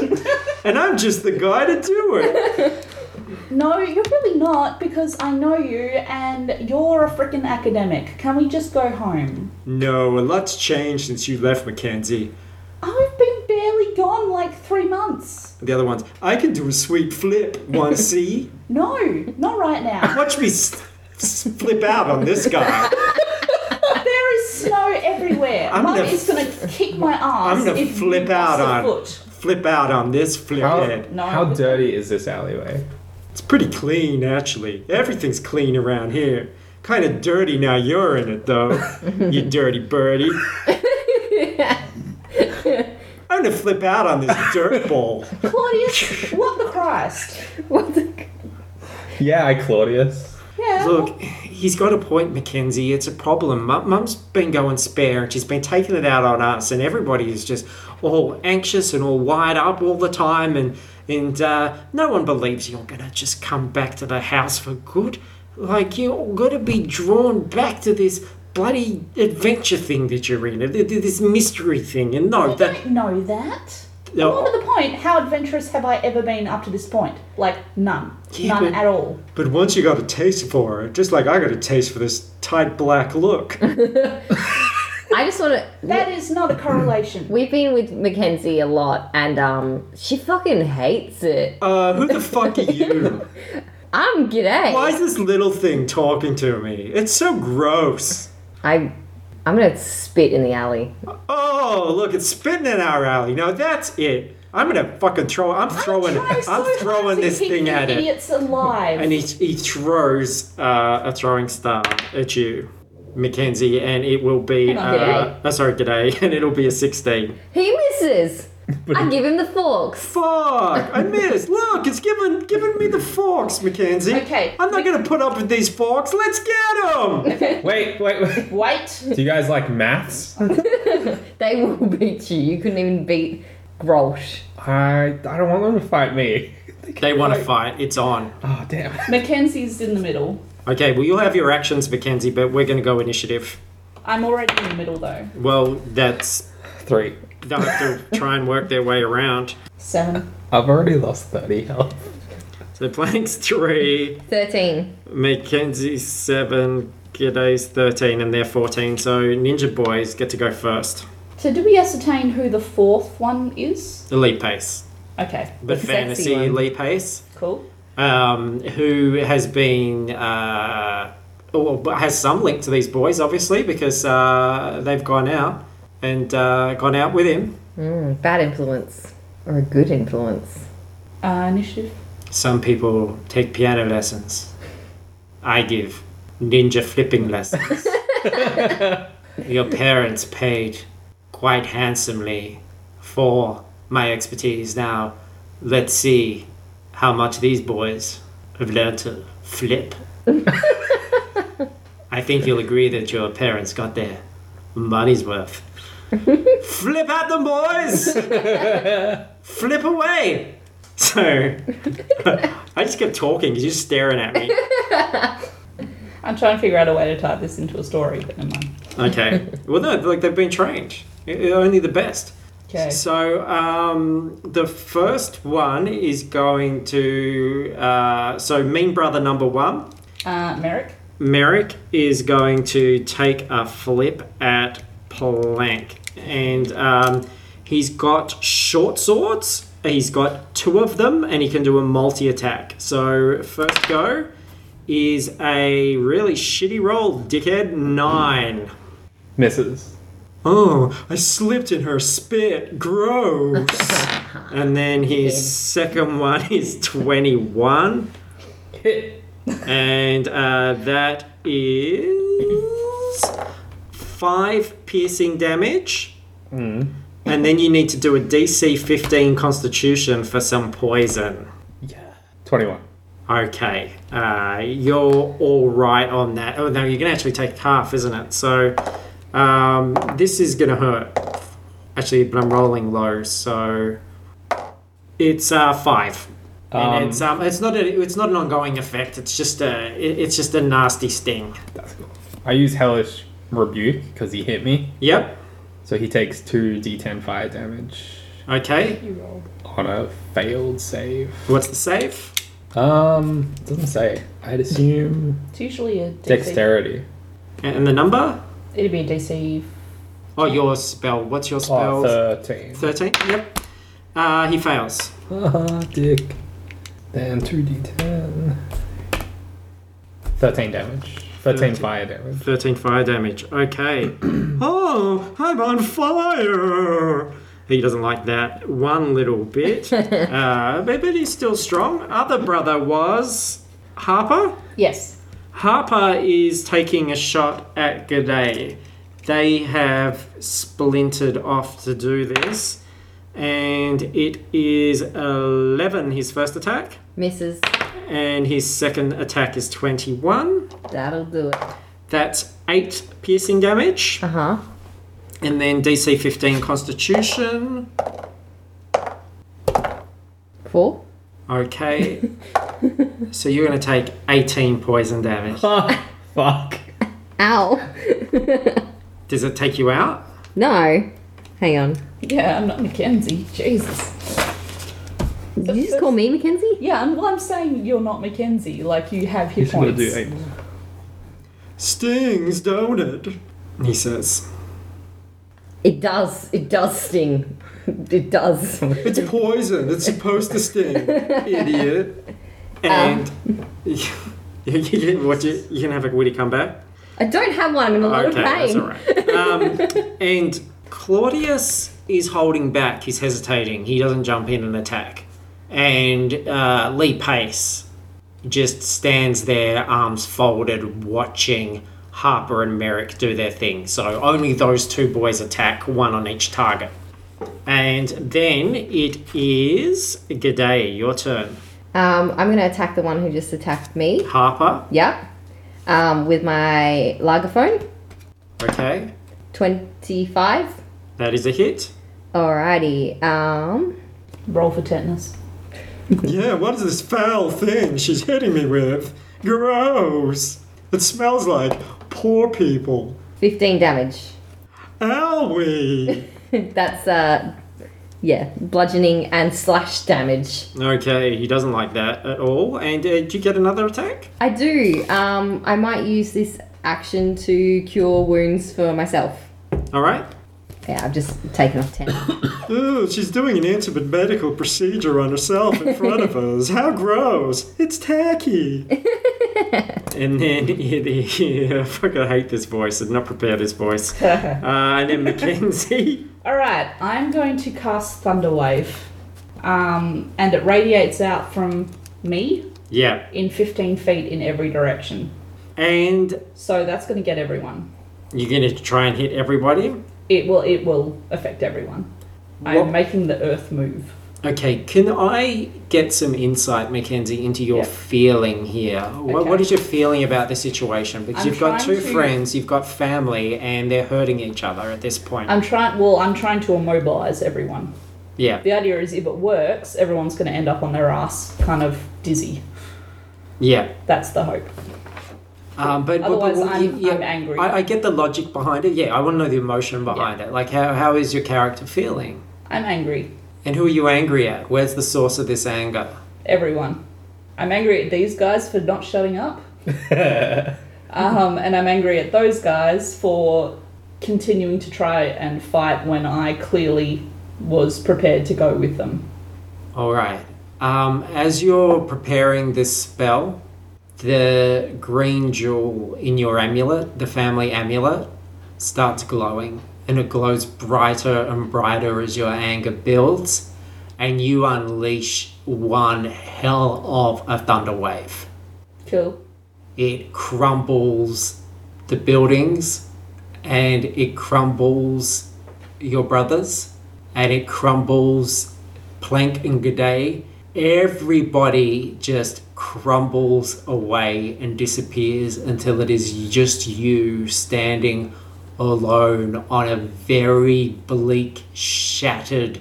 Speaker 1: And I'm just the guy to do it.
Speaker 2: <laughs> No, you're really not because I know you and you're a freaking academic. Can we just go home?
Speaker 1: No, a lot's changed since you left, Mackenzie.
Speaker 2: I've been barely gone like three months.
Speaker 1: The other ones, I can do a sweet flip, one see?
Speaker 2: No, not right now.
Speaker 1: Watch me s- s- flip out on this guy.
Speaker 2: there is snow everywhere.
Speaker 1: I'm
Speaker 2: Mum
Speaker 1: gonna
Speaker 2: is gonna kick my
Speaker 1: I'm
Speaker 2: ass.
Speaker 1: gonna
Speaker 2: if you
Speaker 1: flip out
Speaker 2: bust a
Speaker 1: on-
Speaker 2: foot.
Speaker 1: Flip out on this flip
Speaker 3: How,
Speaker 1: head.
Speaker 2: No.
Speaker 3: how dirty is this alleyway?
Speaker 1: It's pretty clean, actually. Everything's clean around here. Kind of dirty now you're in it, though. you dirty birdie. I'm gonna flip out on this dirt ball. <laughs>
Speaker 2: Claudius, what the Christ?
Speaker 4: What the?
Speaker 3: Yeah, I Claudius.
Speaker 2: Yeah.
Speaker 1: Look, he's got a point, Mackenzie. It's a problem. Mum- Mum's been going spare and she's been taking it out on us, and everybody is just all anxious and all wired up all the time, and and uh, no one believes you're gonna just come back to the house for good. Like you're gonna be drawn back to this bloody adventure thing that you're in, th- th- this mystery thing, and no,
Speaker 2: I
Speaker 1: that
Speaker 2: don't know that.
Speaker 1: No.
Speaker 2: More to the point, how adventurous have I ever been up to this point? Like none,
Speaker 1: Yeah,
Speaker 2: none
Speaker 1: but-
Speaker 2: at all.
Speaker 1: But once you got a taste for it, just like I got a taste for this tight black look.
Speaker 4: I just want to.
Speaker 2: That is not a
Speaker 1: <clears throat>
Speaker 2: correlation.
Speaker 4: We've been with Mackenzie a lot, and um, she fucking hates it.
Speaker 1: Uh, who the fuck are you?
Speaker 4: I'm g'day.
Speaker 1: Why is this little thing talking to me? It's so gross.
Speaker 4: I, I'm gonna spit in the alley.
Speaker 1: Oh, look, it's spitting in our alley. Now that's it. I'm gonna fucking throw. I'm throwing.
Speaker 2: Try
Speaker 1: I'm,
Speaker 2: so hard
Speaker 1: throwing
Speaker 2: to
Speaker 1: this
Speaker 2: keep
Speaker 1: thing
Speaker 2: you
Speaker 1: at it. <laughs>
Speaker 2: Idiots alive.
Speaker 1: And he, he throws uh, a throwing star at you, Mackenzie, and it will be.
Speaker 2: Hang on,
Speaker 1: Uh,
Speaker 4: g'day.
Speaker 1: oh, sorry, g'day, <laughs> and it'll be a sixteen.
Speaker 4: He
Speaker 1: <laughs>
Speaker 4: misses. I give him the forks.
Speaker 1: Fuck!
Speaker 2: <laughs>
Speaker 1: I missed. Look, it's giving giving me the forks, Mackenzie.
Speaker 2: Okay,
Speaker 1: I'm not gonna put up with these forks. Let's get them.
Speaker 3: Wait, wait, wait.
Speaker 2: Wait,
Speaker 3: Do you guys like maths?
Speaker 4: They will <laughs> beat you. You couldn't even beat Grolsch.
Speaker 3: I I don't want them to fight me.
Speaker 1: they want to fight. It's on.
Speaker 3: Oh damn.
Speaker 2: Mackenzie's in the middle.
Speaker 1: Okay, well, you'll have your actions, Mackenzie, but we're going to go initiative.
Speaker 2: I'm already in the middle though.
Speaker 1: Well, that's.
Speaker 3: Three.
Speaker 1: They'll
Speaker 4: <laughs>
Speaker 1: have to try and work their way around.
Speaker 2: Seven.
Speaker 3: I've already lost thirty health.
Speaker 1: So, Plank's 3,
Speaker 4: Thirteen.
Speaker 1: Mackenzie's 7, Giday's 13, and they're 14. So, Ninja Boys get to go first.
Speaker 2: So did we ascertain who the fourth one is?
Speaker 1: Elite Pace.
Speaker 2: Okay,
Speaker 1: But
Speaker 4: The sexy
Speaker 1: fantasy
Speaker 4: one.
Speaker 1: Elite Pace,
Speaker 2: cool.
Speaker 1: um, who has been. Uh, or but has some link to these boys, obviously, because uh, they've gone out and uh, gone out with him.
Speaker 4: Mm, bad influence or a good influence?
Speaker 2: Uh, initiative.
Speaker 1: Some people take piano lessons. I give ninja flipping lessons. Your parents paid quite handsomely for my expertise. Now, let's see how much these boys have learned to flip. I think you'll agree that your parents got their money's worth. flip at them, boys! flip away! So, I just kept talking because you're just staring at me.
Speaker 2: I'm trying to figure out a way to tie this into a story, but never mind.
Speaker 1: Okay. Well, no, like they've been trained. I- I- Only the best.
Speaker 2: Okay.
Speaker 1: So um, the first one is going to. Uh, so Mean Brother number one,
Speaker 2: Uh, Merrick.
Speaker 1: Merrick, is going to take a flip at blank. And um, he's got short swords. He's got two of them, and he can do a multi attack. So first go is a really shitty roll, dickhead. Nine.
Speaker 3: Misses.
Speaker 1: Oh, I slipped in her spit. Gross. and then his second one is 21.
Speaker 3: Hit.
Speaker 1: And uh, that is five piercing damage.
Speaker 3: Mm.
Speaker 1: And then you need to do a DC 15 constitution for some poison.
Speaker 3: Yeah. 21.
Speaker 1: Okay, uh, you're all right on that. Oh no, you're gonna actually take half, isn't it? So um, this is gonna hurt. Actually, but I'm rolling low, so it's uh, five.
Speaker 3: Um,
Speaker 1: and it's um, it's not a, it's not an ongoing effect. It's just a it, it's just a nasty sting.
Speaker 3: That's cool. I use Hellish Rebuke because he hit me.
Speaker 1: Yep.
Speaker 3: So he takes 2d10 fire damage
Speaker 1: Okay.
Speaker 2: You roll.
Speaker 3: on a failed save.
Speaker 1: What's the save?
Speaker 3: Um, it doesn't say. I'd assume
Speaker 2: It's usually a DC.
Speaker 3: dexterity.
Speaker 1: And the number?
Speaker 2: It'd be a DC.
Speaker 1: Oh, your spell. What's your
Speaker 3: Oh,
Speaker 1: spell?
Speaker 3: 13.
Speaker 1: Thirteen. Yep. Uh, he fails.
Speaker 3: Ah, dick. Then 2d10. 13 damage. 13
Speaker 1: 13.
Speaker 3: fire damage.
Speaker 1: 13 fire damage. Okay. oh, I'm on fire! He doesn't like that one little bit. uh, but but he's still strong. Other brother was Harper.
Speaker 2: Yes.
Speaker 1: Harper is taking a shot at G'day. They have splintered off to do this. And it is 11, his first attack.
Speaker 4: Misses.
Speaker 1: And his second attack is 21.
Speaker 4: That'll do it.
Speaker 1: That's 8 piercing damage.
Speaker 4: Uh huh.
Speaker 1: And then DC 15 Constitution.
Speaker 4: Four.
Speaker 1: Okay. so you're going to take 18 poison damage.
Speaker 3: Ah, fuck.
Speaker 4: Ow.
Speaker 1: Does it take you out?
Speaker 4: <laughs> no. Hang on.
Speaker 2: Yeah, I'm not Mackenzie. Jesus.
Speaker 4: Did you just call me Mackenzie?
Speaker 2: Yeah, I'm, well, I'm saying you're not Mackenzie. Like, you have hit
Speaker 3: He's gonna
Speaker 2: points.
Speaker 3: do 8 more.
Speaker 1: Stings, don't it? He says.
Speaker 4: It does. It does sting. It does.
Speaker 1: It's poison. It's supposed to sting, idiot. And you, <laughs> you, can, what, you, you can have a witty comeback.
Speaker 4: I don't have one. I'm in a lot
Speaker 1: okay,
Speaker 4: of pain.
Speaker 1: that's all right. Um, and Claudius is holding back. He's hesitating. He doesn't jump in and attack. And uh, Lee Pace just stands there, arms folded, watching Harper and Merrick do their thing. So only those two boys attack, one on each target. And then it is G'day, your turn.
Speaker 4: Um, I'm gonna attack the one who just attacked me.
Speaker 1: Harper,
Speaker 4: Yep. Um, with my Lagerphone.
Speaker 1: okay,
Speaker 4: Twenty-five.
Speaker 1: that is a hit.
Speaker 4: Alrighty. Um,
Speaker 2: Roll for tetanus.
Speaker 1: Yeah, what is this foul thing she's hitting me with? Gross! It smells like poor people.
Speaker 4: fifteen damage.
Speaker 1: Owie!
Speaker 4: That's uh, yeah, bludgeoning and slash damage.
Speaker 1: okay, he doesn't like that at all. And uh, did you get another attack?
Speaker 4: I do. Um, I might use this action to cure wounds for myself.
Speaker 1: Alright.
Speaker 4: Yeah, I've just taken off ten.
Speaker 1: <coughs> Ooh, she's doing an intimate medical procedure on herself in front of us. How gross! It's tacky! and then, <laughs> yeah, the- yeah, I fucking hate this voice. I'm not prepared for this voice. Uh, and then Mackenzie.
Speaker 2: All right, I'm going to cast Thunderwave, um, and it radiates out from me
Speaker 1: yeah.
Speaker 2: in 15 feet in every direction.
Speaker 1: And
Speaker 2: So that's going to get everyone.
Speaker 1: you're gonna try and hit everybody?
Speaker 2: It will. It will affect everyone.
Speaker 1: What-
Speaker 2: I'm making the Earth move.
Speaker 1: Okay, can I get some insight, Mackenzie, into your
Speaker 2: Yeah.
Speaker 1: feeling here? What, what
Speaker 2: Okay.
Speaker 1: is your feeling about the situation? Because
Speaker 2: I'm
Speaker 1: you've got two
Speaker 2: trying to-
Speaker 1: friends, you've got family, and they're hurting each other at this point.
Speaker 2: I'm trying. Well, I'm trying to immobilize everyone.
Speaker 1: yeah,
Speaker 2: The idea is, if it works, everyone's going to end up on their ass, kind of dizzy.
Speaker 1: yeah.
Speaker 2: That's the hope.
Speaker 1: Um, but, but-
Speaker 2: Otherwise,
Speaker 1: but, well,
Speaker 2: I'm-
Speaker 1: you- yeah,
Speaker 2: I'm angry.
Speaker 1: I, I get the logic behind it. Yeah, I want to know the emotion behind it. Like, how, how is your character feeling?
Speaker 2: I'm angry.
Speaker 1: And who are you angry at? Where's the source of this anger?
Speaker 2: Everyone. I'm angry at these guys for not shutting up. Um, and I'm angry at those guys for continuing to try and fight when I clearly was prepared to go with them.
Speaker 1: All right. Um, as you're preparing this spell, the green jewel in your amulet, the family amulet, starts glowing, and it glows brighter and brighter as your anger builds, and you unleash one hell of a thunder wave.
Speaker 2: Cool.
Speaker 1: It crumbles the buildings, and it crumbles your brothers, and it crumbles Plank and G'day, everybody just crumbles away and disappears until it is just you standing alone on a very bleak, shattered,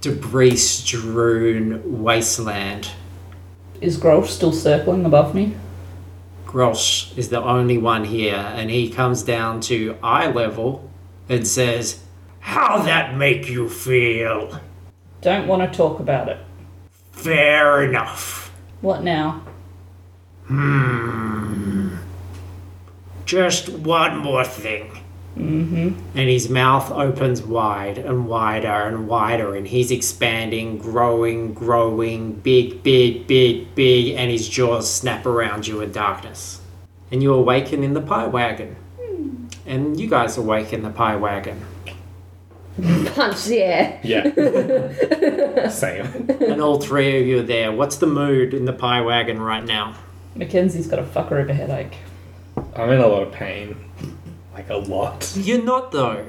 Speaker 1: debris strewn wasteland.
Speaker 2: Is Grosh still circling above me?
Speaker 1: Grosh is the only one here, and he comes down to eye level and says, How that make you feel?
Speaker 2: Don't want to talk about it.
Speaker 1: Fair enough.
Speaker 2: What now?
Speaker 1: Just one more thing. Mm-hmm. And his mouth opens wide and wider and wider, and he's expanding, growing, growing, big, big, big, big, and his jaws snap around you in darkness. And you awaken in the pie wagon. And you guys awake in the pie wagon.
Speaker 4: Punch the air.
Speaker 3: Yeah. <laughs> Same.
Speaker 1: and all three of you are there. What's the mood in the pie wagon right now?
Speaker 2: Mackenzie's got a fucker of a headache.
Speaker 3: I'm in a lot of pain. Like a lot.
Speaker 1: You're not, though.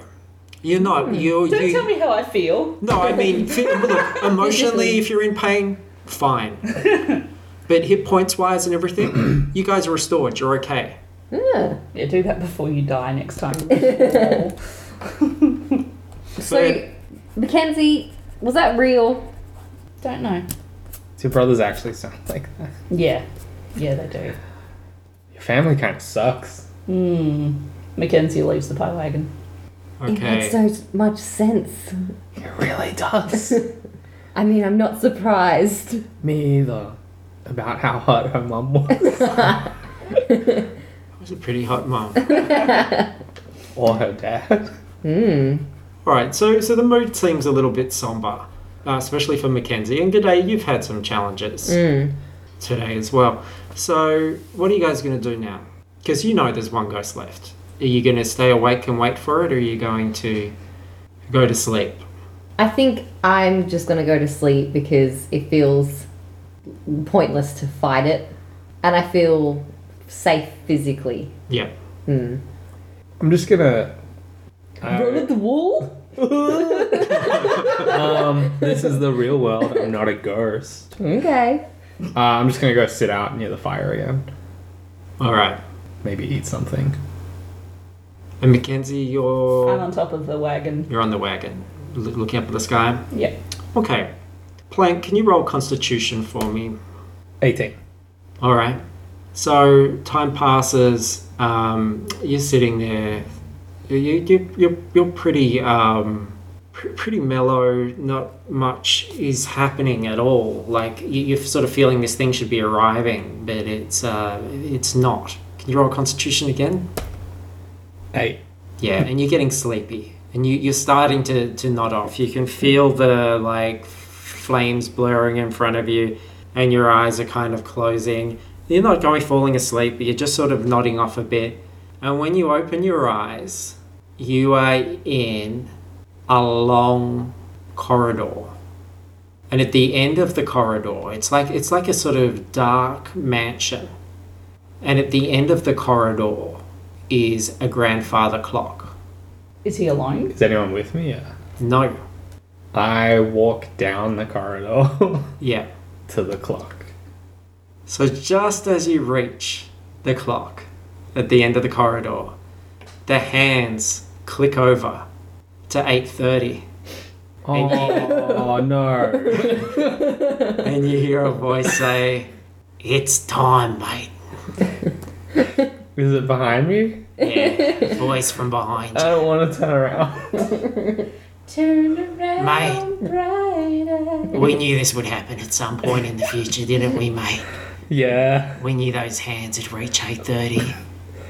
Speaker 1: You're not. You're,
Speaker 2: Hmm. Don't
Speaker 1: you,
Speaker 2: tell me how I feel.
Speaker 1: No, I
Speaker 2: <laughs>
Speaker 1: mean, if you- look, emotionally, if you're in pain,
Speaker 2: <laughs>
Speaker 1: fine. But hit points wise and everything,
Speaker 2: <clears throat>
Speaker 1: you guys are restored. You're okay.
Speaker 4: Yeah.
Speaker 2: Yeah, do that before you die next <laughs> time.
Speaker 4: So, Mackenzie, was that real?
Speaker 2: Don't know.
Speaker 3: Your brothers actually sound like that.
Speaker 2: Yeah. Yeah, they do.
Speaker 3: Your family kind of sucks.
Speaker 2: Mm. Mackenzie leaves the pie wagon.
Speaker 4: It makes so much sense.
Speaker 3: It really does.
Speaker 4: I mean, I'm not surprised.
Speaker 3: <laughs> Me either. About how hot her mum was.
Speaker 1: She's a pretty hot mom.
Speaker 3: or her dad.
Speaker 4: Hmm.
Speaker 1: All right, so so the mood seems a little bit somber, uh, especially for Mackenzie. And today you've had some challenges
Speaker 4: Hmm.
Speaker 1: today as well. So what are you guys going to do now? Because you know there's one ghost left. Are you going to stay awake and wait for it, or are you going to go to sleep?
Speaker 4: I think I'm just gonna go to sleep because it feels pointless to fight it, and I feel safe physically.
Speaker 1: Yeah.
Speaker 3: I'm just gonna. <laughs>
Speaker 4: Run at the wall.
Speaker 3: um, this is the real world. I'm not a ghost.
Speaker 4: Okay.
Speaker 3: Uh, I'm just gonna go sit out near the fire again.
Speaker 1: All right.
Speaker 3: Maybe eat something.
Speaker 1: And Mackenzie, you're
Speaker 2: I'm on top of the wagon.
Speaker 1: You're on the wagon, l- looking up at the sky.
Speaker 2: Yeah.
Speaker 1: Okay. Plank, can you roll Constitution for me?
Speaker 3: 18.
Speaker 1: All right. So time passes. Um, you're sitting there. You, you, you're, you're pretty um, pr- pretty mellow. Not much is happening at all. Like you, you're sort of feeling this thing should be arriving, but it's uh, it's not. Can you roll Constitution again?
Speaker 3: 8.
Speaker 1: Yeah, and you're getting sleepy, and you, you're starting to, to nod off. You can feel the like flames blurring in front of you, and your eyes are kind of closing. You're not going falling asleep, but you're just sort of nodding off a bit. And when you open your eyes, you are in a long corridor. And at the end of the corridor, it's like it's like a sort of dark mansion. And at the end of the corridor is a grandfather clock.
Speaker 2: Is he alone?
Speaker 3: Is anyone with me? Yeah.
Speaker 1: No.
Speaker 3: I walk down the corridor <laughs>
Speaker 1: Yeah.
Speaker 3: to the clock.
Speaker 1: So just as you reach the clock at the end of the corridor, the hands click over to 8:30
Speaker 3: Oh <laughs> no.
Speaker 1: and you hear a voice say, "It's time, mate."
Speaker 3: Is it behind me?
Speaker 1: Yeah, voice from behind
Speaker 3: I
Speaker 1: you.
Speaker 3: don't want to turn around. <laughs>
Speaker 2: Turn around.
Speaker 1: Mate,
Speaker 2: Brighter.
Speaker 1: we knew this would happen at some point in the future, didn't we, mate?
Speaker 3: yeah.
Speaker 1: We knew those hands would reach 8:30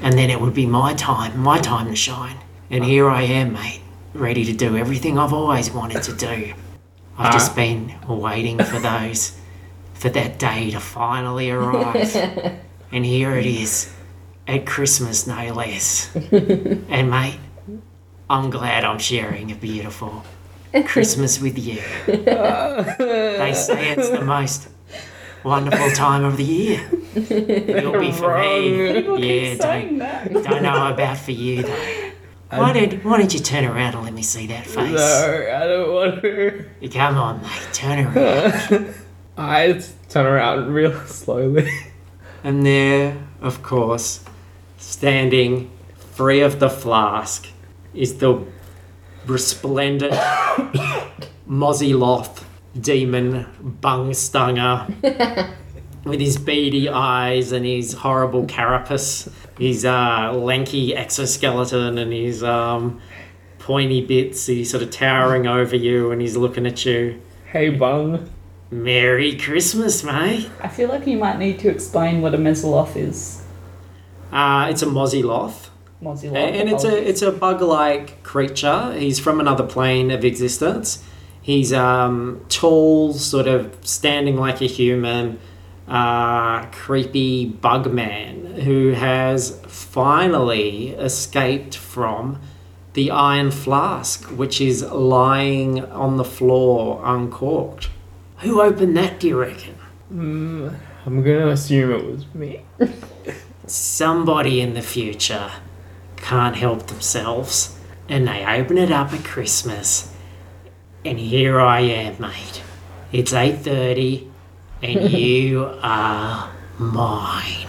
Speaker 1: and then it would be my time, my time to shine.
Speaker 5: And here I am, mate, ready to do everything I've always wanted to do. I've just
Speaker 2: Uh-huh.
Speaker 5: been waiting for those, for that day to finally
Speaker 2: <laughs>
Speaker 5: arrive. and here it is, at Christmas no
Speaker 2: <laughs>
Speaker 5: less. and mate, I'm glad I'm sharing a beautiful Christmas with
Speaker 2: <laughs>
Speaker 5: you. they say it's the most wonderful time of the year. It'll be for
Speaker 2: <laughs>
Speaker 5: me.
Speaker 2: People
Speaker 5: Yeah,
Speaker 2: keep
Speaker 5: don't,
Speaker 2: saying that.
Speaker 5: don't know about for you though. Why did Why did you turn around and let me see that face?
Speaker 3: I don't want to.
Speaker 5: Come on, mate, turn around.
Speaker 3: I just turn around real <laughs> slowly.
Speaker 1: And there, of course, standing free of the flask, is the resplendent Mozziloth demon Bungstunger with his beady eyes and his horrible carapace, his uh, lanky exoskeleton and his um, pointy bits. He's sort of towering over you and he's looking at you.
Speaker 3: hey, Bung.
Speaker 1: Merry Christmas, mate.
Speaker 2: <laughs> I feel like you might need to explain what a mezzoloth is.
Speaker 1: Uh, it's a Mozziloth.
Speaker 2: Mozzie
Speaker 1: A- and it's a it's a bug-like creature. He's from another plane of existence. He's um, tall, sort of standing like a human, uh, creepy bug man who has finally escaped from the iron flask, which is lying on the floor uncorked. Who opened that? Do you reckon?
Speaker 3: I'm gonna assume it was me.
Speaker 1: somebody in the future can't help themselves and they open it up at christmas and here i am mate it's 8.30 and you are mine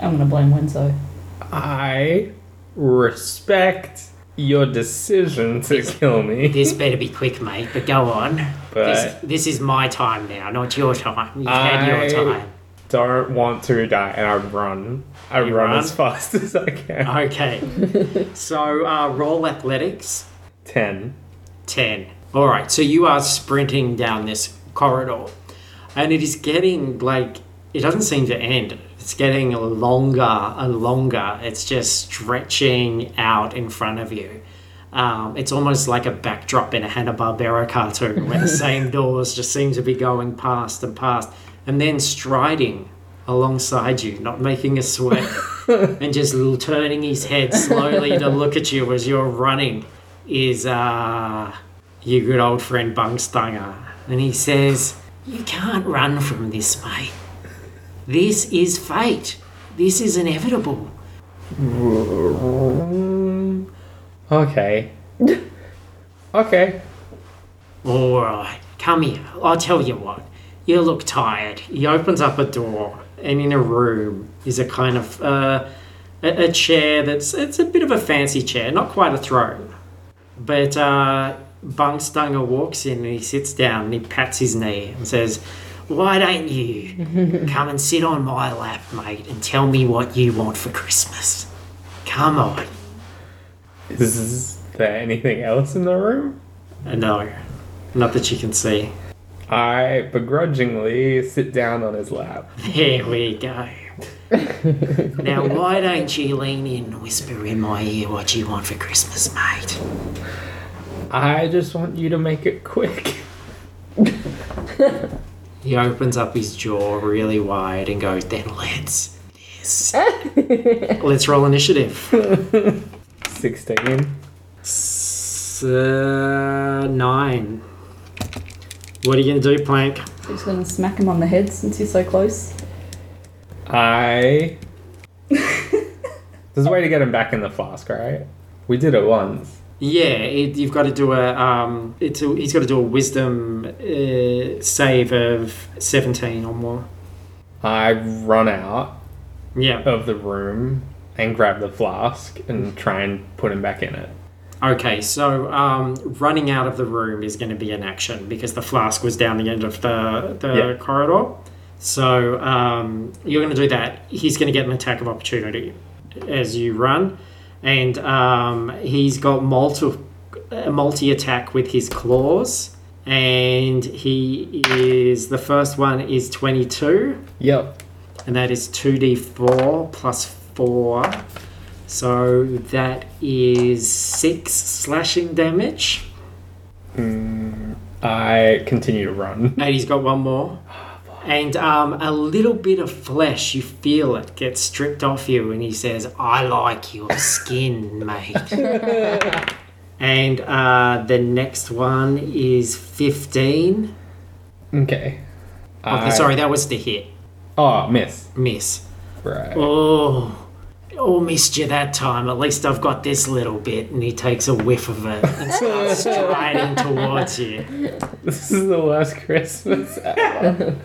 Speaker 2: I'm gonna blame Wenzo.
Speaker 3: I respect your decision to kill me.
Speaker 1: this better be quick mate but go on this,
Speaker 3: But-
Speaker 1: this is my time now not your time you've had your
Speaker 3: I-
Speaker 1: time
Speaker 3: Don't want to die, and I run. I run,
Speaker 1: You run?
Speaker 3: as fast <laughs> as I can.
Speaker 1: okay so uh, roll athletics
Speaker 3: Ten.
Speaker 1: 10. All right, so you are sprinting down this corridor, and it is getting like it doesn't seem to end. It's getting longer and longer. It's just stretching out in front of you. Um, it's almost like a backdrop in a Hanna Barbera cartoon, where the same doors just seem to be going past and past, and then striding alongside you, not making a sweat, <laughs> and just l- turning his head slowly to look at you as you're running, is uh, your good old friend Bungstunger. And he says, You can't run from this, mate. This is fate. This is inevitable.
Speaker 3: Okay. okay.
Speaker 1: All right, come here. I'll tell you what. You look tired. He opens up a door, and in a room is a kind of uh, a, a chair that's it's a bit of a fancy chair, not quite a throne. But uh, Bungstunger walks in and he sits down and he pats his knee and says, "Why don't you come and sit on my lap, mate, and tell me what you want for Christmas? Come on."
Speaker 3: Is, is there anything else in the room?
Speaker 1: No, not that you can see.
Speaker 3: I begrudgingly sit down on his lap.
Speaker 1: Here we go. now, why don't you lean in and whisper in my ear what you want for Christmas, mate?
Speaker 3: I just want you to make it quick. <laughs>
Speaker 1: He opens up his jaw really wide and goes, then let's. Yes. let's roll initiative.
Speaker 3: 16.
Speaker 1: S- uh, nine. What are you going to do, Plank?
Speaker 2: Just gonna smack him on the head since he's so close.
Speaker 3: I. <laughs> There's a way to get him back in the flask, right? We did it once.
Speaker 1: Yeah, it, you've got to do a. Um, it's a he's got to do a wisdom uh, save of 17 or more.
Speaker 3: I run out
Speaker 1: Yeah.
Speaker 3: of the room and grab the flask and try and put him back in it.
Speaker 1: Okay, so um, running out of the room is going to be an action because the flask was down the end of the, the
Speaker 3: Yeah.
Speaker 1: corridor. So um, you're going to do that. He's going to get an attack of opportunity as you run, and um, he's got multi multi attack with his claws, and he is the first one is twenty two
Speaker 3: Yep.
Speaker 1: and that is 2d4 plus 4 So that is six slashing damage.
Speaker 3: I continue to run.
Speaker 1: And he's got one more. And um, a little bit of flesh, you feel it gets stripped off you, and he says, I like your skin, mate. and uh, the next one is 15.
Speaker 3: Okay.
Speaker 1: Oh,
Speaker 3: I-
Speaker 1: Sorry, that was the hit.
Speaker 3: Oh, miss.
Speaker 1: Miss.
Speaker 3: Right.
Speaker 1: Oh, oh, missed you that time. At least I've got this little bit. And he takes a whiff of it
Speaker 3: <laughs>
Speaker 1: and starts striding towards you.
Speaker 3: This is the worst Christmas ever.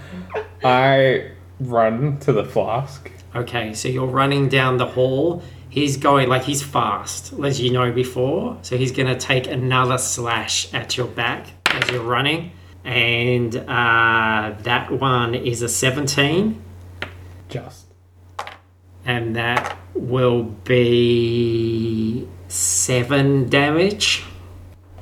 Speaker 3: I run to the flask.
Speaker 1: Okay, so you're running down the hall. He's going like he's fast, as you know before. So he's going to take another slash at your back as you're running. And uh, that one is a 17.
Speaker 3: Just.
Speaker 1: And that will be seven damage.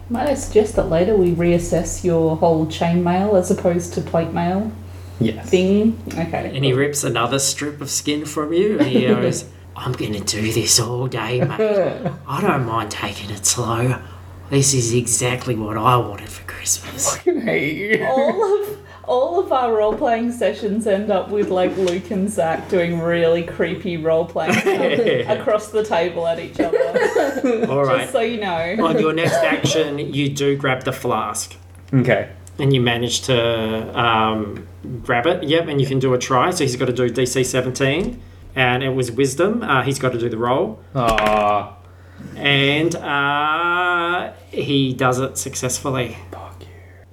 Speaker 2: Might I suggest that later we reassess your whole chainmail as opposed to plate mail
Speaker 3: Yes.
Speaker 2: thing? Okay.
Speaker 1: And he rips another strip of skin from you and he goes, I'm gonna do this all day, mate. I don't mind taking it slow. This is exactly what I wanted for
Speaker 3: <laughs>
Speaker 1: Christmas.
Speaker 3: I hate you.
Speaker 2: all of all of our role playing sessions end up with like Luke and Zach doing really creepy
Speaker 1: <laughs>
Speaker 2: role playing across the table at each other.
Speaker 1: Alright.
Speaker 2: Just so you know.
Speaker 1: On your next action, you do grab the flask.
Speaker 3: Okay.
Speaker 1: And you manage to um, grab it. Yep, and you can do a try. So he's got to do DC 17. And it was wisdom. Uh, he's got to do the roll.
Speaker 3: Aw.
Speaker 1: And uh, he does it successfully.
Speaker 3: Fuck you.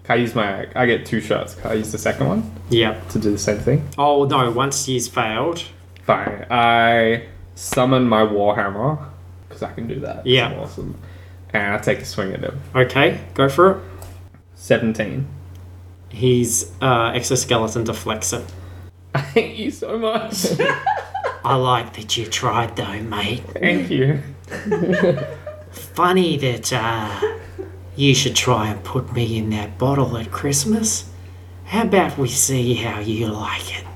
Speaker 3: Can I use my. I get two shots. Can I use the second one
Speaker 1: Yep.
Speaker 3: to do the same thing?
Speaker 1: Oh no, once he's failed.
Speaker 3: Fine. I summon my Warhammer. Because I can do that. It's
Speaker 1: Yeah.
Speaker 3: awesome. And I take a swing at him.
Speaker 1: Okay, go for it.
Speaker 3: 17.
Speaker 1: His uh, exoskeleton deflects it.
Speaker 3: I hate you so much.
Speaker 1: I like that you tried though, mate.
Speaker 3: Thank you.
Speaker 1: Funny that uh, you should try and put me in that bottle at Christmas. How about we see how you like it?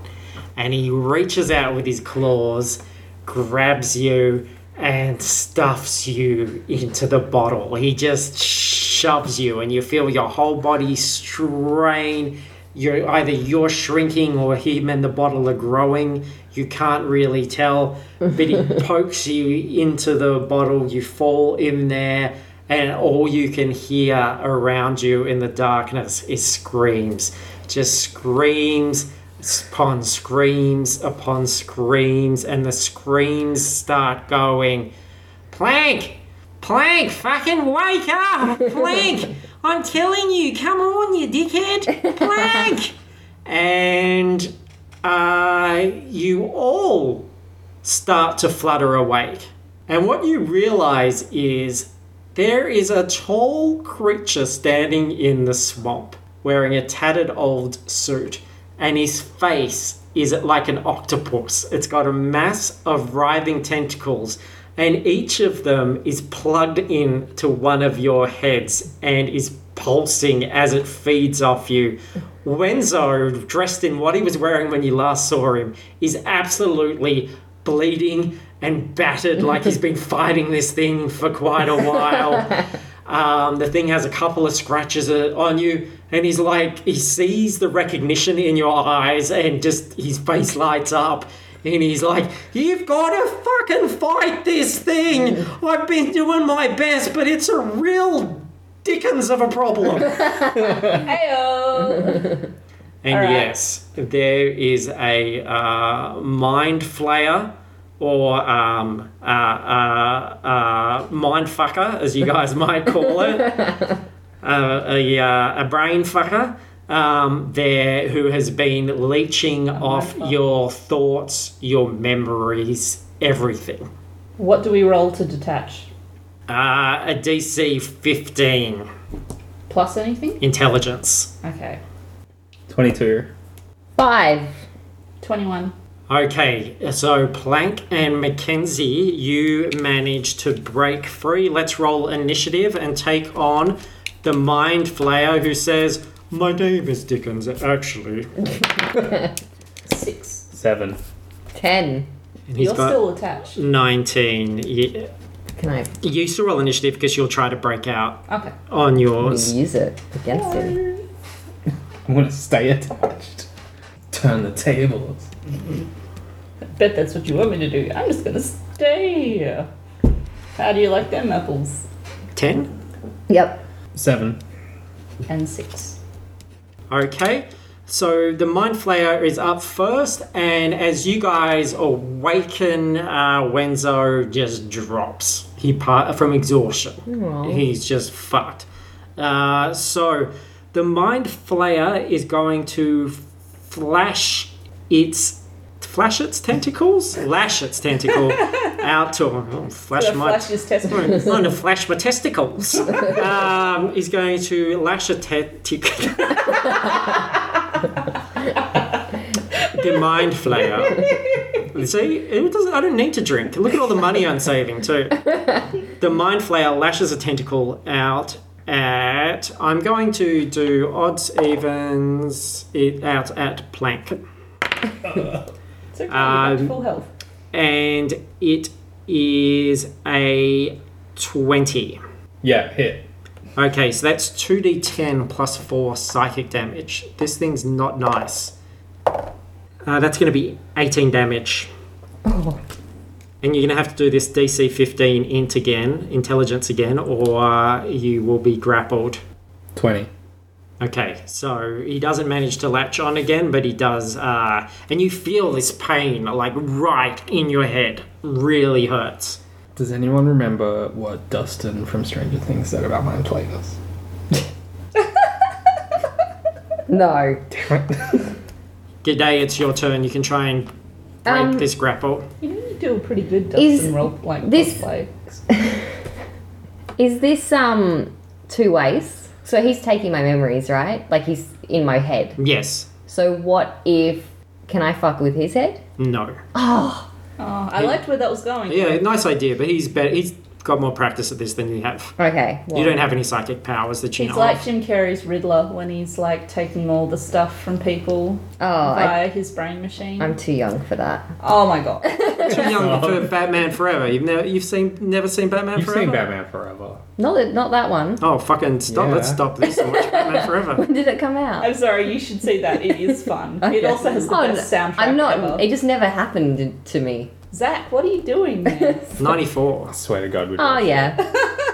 Speaker 1: And he reaches out with his claws, grabs you, and stuffs you into the bottle. He just shoves you, and you feel your whole body strain. You're either you're shrinking or him and the bottle are growing. You can't really tell, but he pokes you into the bottle. You fall in there, and all you can hear around you in the darkness is screams. Just screams upon screams upon screams, and the screams start going, Plank! Plank! Fucking wake up! Plank! I'm telling you, come on, you dickhead! Plank! and uh, you all start to flutter awake. And what you realize is there is a tall creature standing in the swamp wearing a tattered old suit, and his face is like an octopus. It's got a mass of writhing tentacles, and each of them is plugged in to one of your heads and is pulsing as it feeds off you. Wenzo, dressed in what he was wearing when you last saw him, is absolutely bleeding and battered like he's been fighting this thing for quite a while. Um, the thing has a couple of scratches uh, on you, and he's like, he sees the recognition in your eyes, and just his face lights up. And he's like, You've got to fucking fight this thing! I've been doing my best, but it's a real dickens of a problem.
Speaker 2: Heyo.
Speaker 1: And
Speaker 2: right.
Speaker 1: yes, there is a uh, mind flayer or um, uh, uh, uh, mind fucker, as you guys might call it, uh, a, uh, a brain fucker um, there who has been leeching off your thoughts, your memories, everything.
Speaker 2: What do we roll to detach?
Speaker 1: Uh, a DC 15
Speaker 2: Plus anything?
Speaker 1: intelligence.
Speaker 2: Okay.
Speaker 3: 22.
Speaker 4: Five.
Speaker 2: Twenty one.
Speaker 1: Okay, so Plank and Mackenzie, you managed to break free. Let's roll initiative and take on the mind flayer who says, My name is Dickens, actually.
Speaker 2: Six.
Speaker 3: 7.
Speaker 4: Ten.
Speaker 1: And he's
Speaker 2: You're
Speaker 1: got
Speaker 2: still attached.
Speaker 1: 19. You,
Speaker 4: Can I
Speaker 1: you still roll initiative because you'll try to break out
Speaker 2: Okay.
Speaker 1: on yours.
Speaker 4: use it against him?
Speaker 3: <laughs> I'm gonna stay attached. Turn the tables.
Speaker 2: Bet that's what you want me to do. I'm just gonna stay here. How do you like them apples?
Speaker 1: 10.
Speaker 4: Yep.
Speaker 3: Seven.
Speaker 2: And six.
Speaker 1: Okay. So the Mind Flayer is up first, and as you guys awaken, uh, Wenzo just drops. He pa- from exhaustion. He's just fucked. Uh, so the Mind Flayer is going to flash its flash its tentacles, lash its tentacle out to him. Oh, flash
Speaker 2: Gonna
Speaker 1: my
Speaker 2: flash his
Speaker 1: <laughs>
Speaker 2: testicles.
Speaker 1: I'm going to flash my testicles. Um, he's going to lash a testicle. <laughs> the mind flayer. See, it doesn't, I don't need to drink. Look at all the money I'm saving too. The mind flayer lashes a tentacle out at. I'm going to do odds evens it out at plank,
Speaker 2: It's okay, um,
Speaker 1: Um,
Speaker 2: full health.
Speaker 1: and it is a twenty.
Speaker 3: Yeah, hit.
Speaker 1: Okay, so that's 2d10 plus 4 psychic damage. This thing's not nice. Uh, that's going to be 18 damage. And you're going to have to do this DC 15 int again, intelligence again, or uh, you will be grappled.
Speaker 3: Twenty.
Speaker 1: Okay, so he doesn't manage to latch on again, but he does. Uh, and you feel this pain, like right in your head. Really hurts.
Speaker 3: Does anyone remember what Dustin from Stranger Things said about mind players?
Speaker 4: No.
Speaker 1: G'day, it's your turn. You can try and break
Speaker 4: Um,
Speaker 1: this grapple.
Speaker 2: You know, you do a pretty good
Speaker 4: Is
Speaker 2: Dustin role like
Speaker 4: this-
Speaker 2: play.
Speaker 4: Is this um two ways? So he's taking my memories, right? Like he's in my head.
Speaker 1: Yes.
Speaker 4: So what if can I fuck with his head?
Speaker 1: No.
Speaker 4: Oh,
Speaker 2: Oh, I liked where that was going.
Speaker 1: Yeah, nice idea, but he's better. He's got more practice at this than you have.
Speaker 4: okay. Well,
Speaker 1: You don't have any psychic powers that you
Speaker 2: It's
Speaker 1: know
Speaker 2: like
Speaker 1: of.
Speaker 2: Jim Carrey's Riddler when he's like taking all the stuff from people
Speaker 4: Oh, I,
Speaker 2: via his brain machine.
Speaker 4: I'm too young for that.
Speaker 2: oh my god. <laughs>
Speaker 1: Too young
Speaker 3: <laughs>
Speaker 1: for Batman Forever. You've never, you've seen, never seen Batman
Speaker 3: You've
Speaker 1: Forever.
Speaker 3: seen Batman Forever.
Speaker 4: Not that, not that one. <laughs>
Speaker 1: Oh, fucking stop!
Speaker 3: Yeah.
Speaker 1: Let's stop this and watch Batman Forever.
Speaker 4: When did it come out?
Speaker 2: I'm sorry, you should see that. It is fun. It
Speaker 4: Okay.
Speaker 2: also has the
Speaker 4: Oh,
Speaker 2: best
Speaker 4: no,
Speaker 2: soundtrack
Speaker 4: I'm not.
Speaker 2: ever.
Speaker 4: It just never happened to me.
Speaker 2: Zach, what are you doing
Speaker 4: <laughs>
Speaker 2: there?
Speaker 1: Ninety-four.
Speaker 3: I swear to God, we.
Speaker 4: Oh
Speaker 3: did.
Speaker 2: <laughs>
Speaker 4: yeah,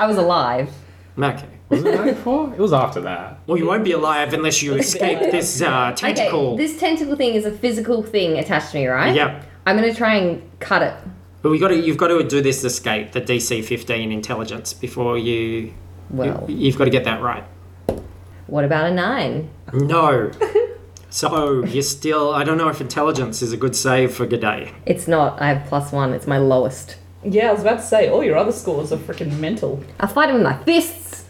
Speaker 4: I was alive.
Speaker 1: Okay.
Speaker 3: Was it ninety-four? It was after that.
Speaker 1: Well, you won't be alive unless you escape this uh, tentacle.
Speaker 4: Okay, this tentacle thing is a physical thing attached to me, right?
Speaker 1: Yep.
Speaker 4: I'm gonna try and cut it.
Speaker 1: But we got to, you've got to do this escape, the DC fifteen intelligence, before you.
Speaker 4: Well,
Speaker 1: you you've got to get that right.
Speaker 4: what about a nine?
Speaker 1: No. <laughs> So you're still. I don't know if intelligence is a good save for G'day.
Speaker 4: It's not. I have plus one. It's my lowest.
Speaker 2: yeah, I was about to say, all your other scores are freaking mental.
Speaker 4: I fight him with my fists.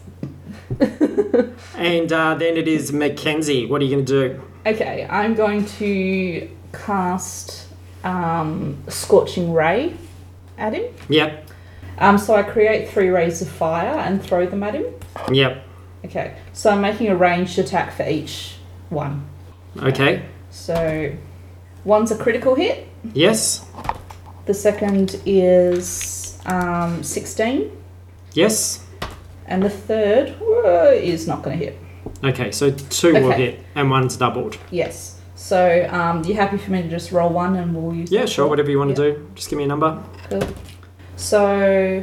Speaker 1: And uh, then it is Mackenzie. What are you going to do?
Speaker 2: Okay, I'm going to cast um, Scorching Ray at him.
Speaker 1: Yep,
Speaker 2: Um, so I create three rays of fire and throw them at him.
Speaker 1: yep.
Speaker 2: Okay, so I'm making a ranged attack for each one.
Speaker 1: Okay.
Speaker 2: So one's a critical hit,
Speaker 1: Yes,
Speaker 2: the second is um, 16,
Speaker 1: yes.
Speaker 2: and the third whoa, is not going to hit.
Speaker 1: Okay, so two will
Speaker 2: Okay.
Speaker 1: hit and one's doubled.
Speaker 2: Yes. So, um, you happy for me to just roll one and we'll use
Speaker 1: Yeah,
Speaker 2: that?
Speaker 1: sure, whatever you want to do. Just give me a number.
Speaker 2: Cool. So,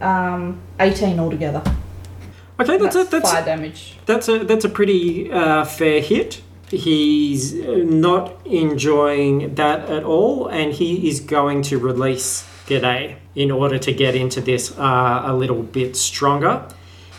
Speaker 2: um, 18 altogether.
Speaker 1: Okay, that's,
Speaker 2: That's,
Speaker 1: it. That's
Speaker 2: fire damage.
Speaker 1: that's a that's a pretty uh, fair hit. He's uh, not enjoying that at all, and he is going to release G'day in order to get into this uh, a little bit stronger.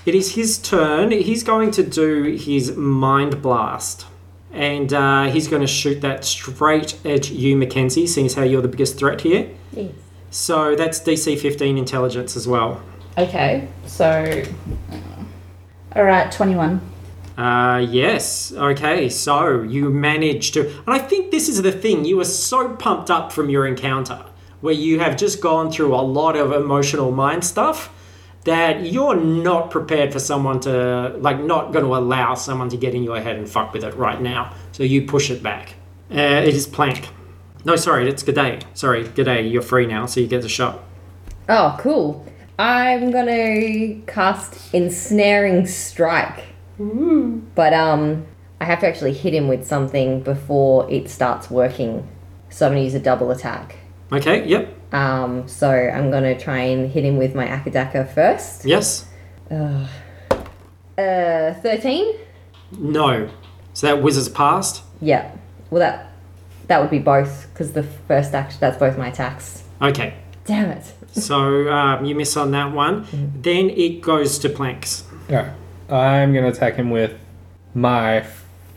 Speaker 1: It is his turn. He's going to do his mind blast, and uh, he's going to shoot that straight at you, Mackenzie, seeing as how you're the biggest threat here.
Speaker 4: Yes.
Speaker 1: So that's DC 15 intelligence as well.
Speaker 2: Okay. So, uh, all right, 21.
Speaker 1: Uh, yes. Okay. So you managed to, and I think this is the thing. You were so pumped up from your encounter, where you have just gone through a lot of emotional mind stuff, that you're not prepared for someone to like, not going to allow someone to get in your head and fuck with it right now. So you push it back. Uh, it is plank. No, sorry, it's G'day. Sorry, G'day, you're free now, so you get the shot.
Speaker 4: Oh, cool. I'm gonna cast ensnaring strike. But um I have to actually hit him with something before it starts working. So I'm gonna use a double attack.
Speaker 1: Okay, yep,
Speaker 4: Um so I'm gonna try and hit him with my Akadaka first.
Speaker 1: yes,
Speaker 4: Uh thirteen?
Speaker 1: no. So that wizard's passed.
Speaker 4: Yeah. Well that that would be both, because the first action that's both my attacks.
Speaker 1: Okay,
Speaker 4: Damn it.
Speaker 1: so um, you miss on that one.
Speaker 2: Mm-hmm.
Speaker 1: Then it goes to Planks.
Speaker 3: Alright. I'm gonna attack him with my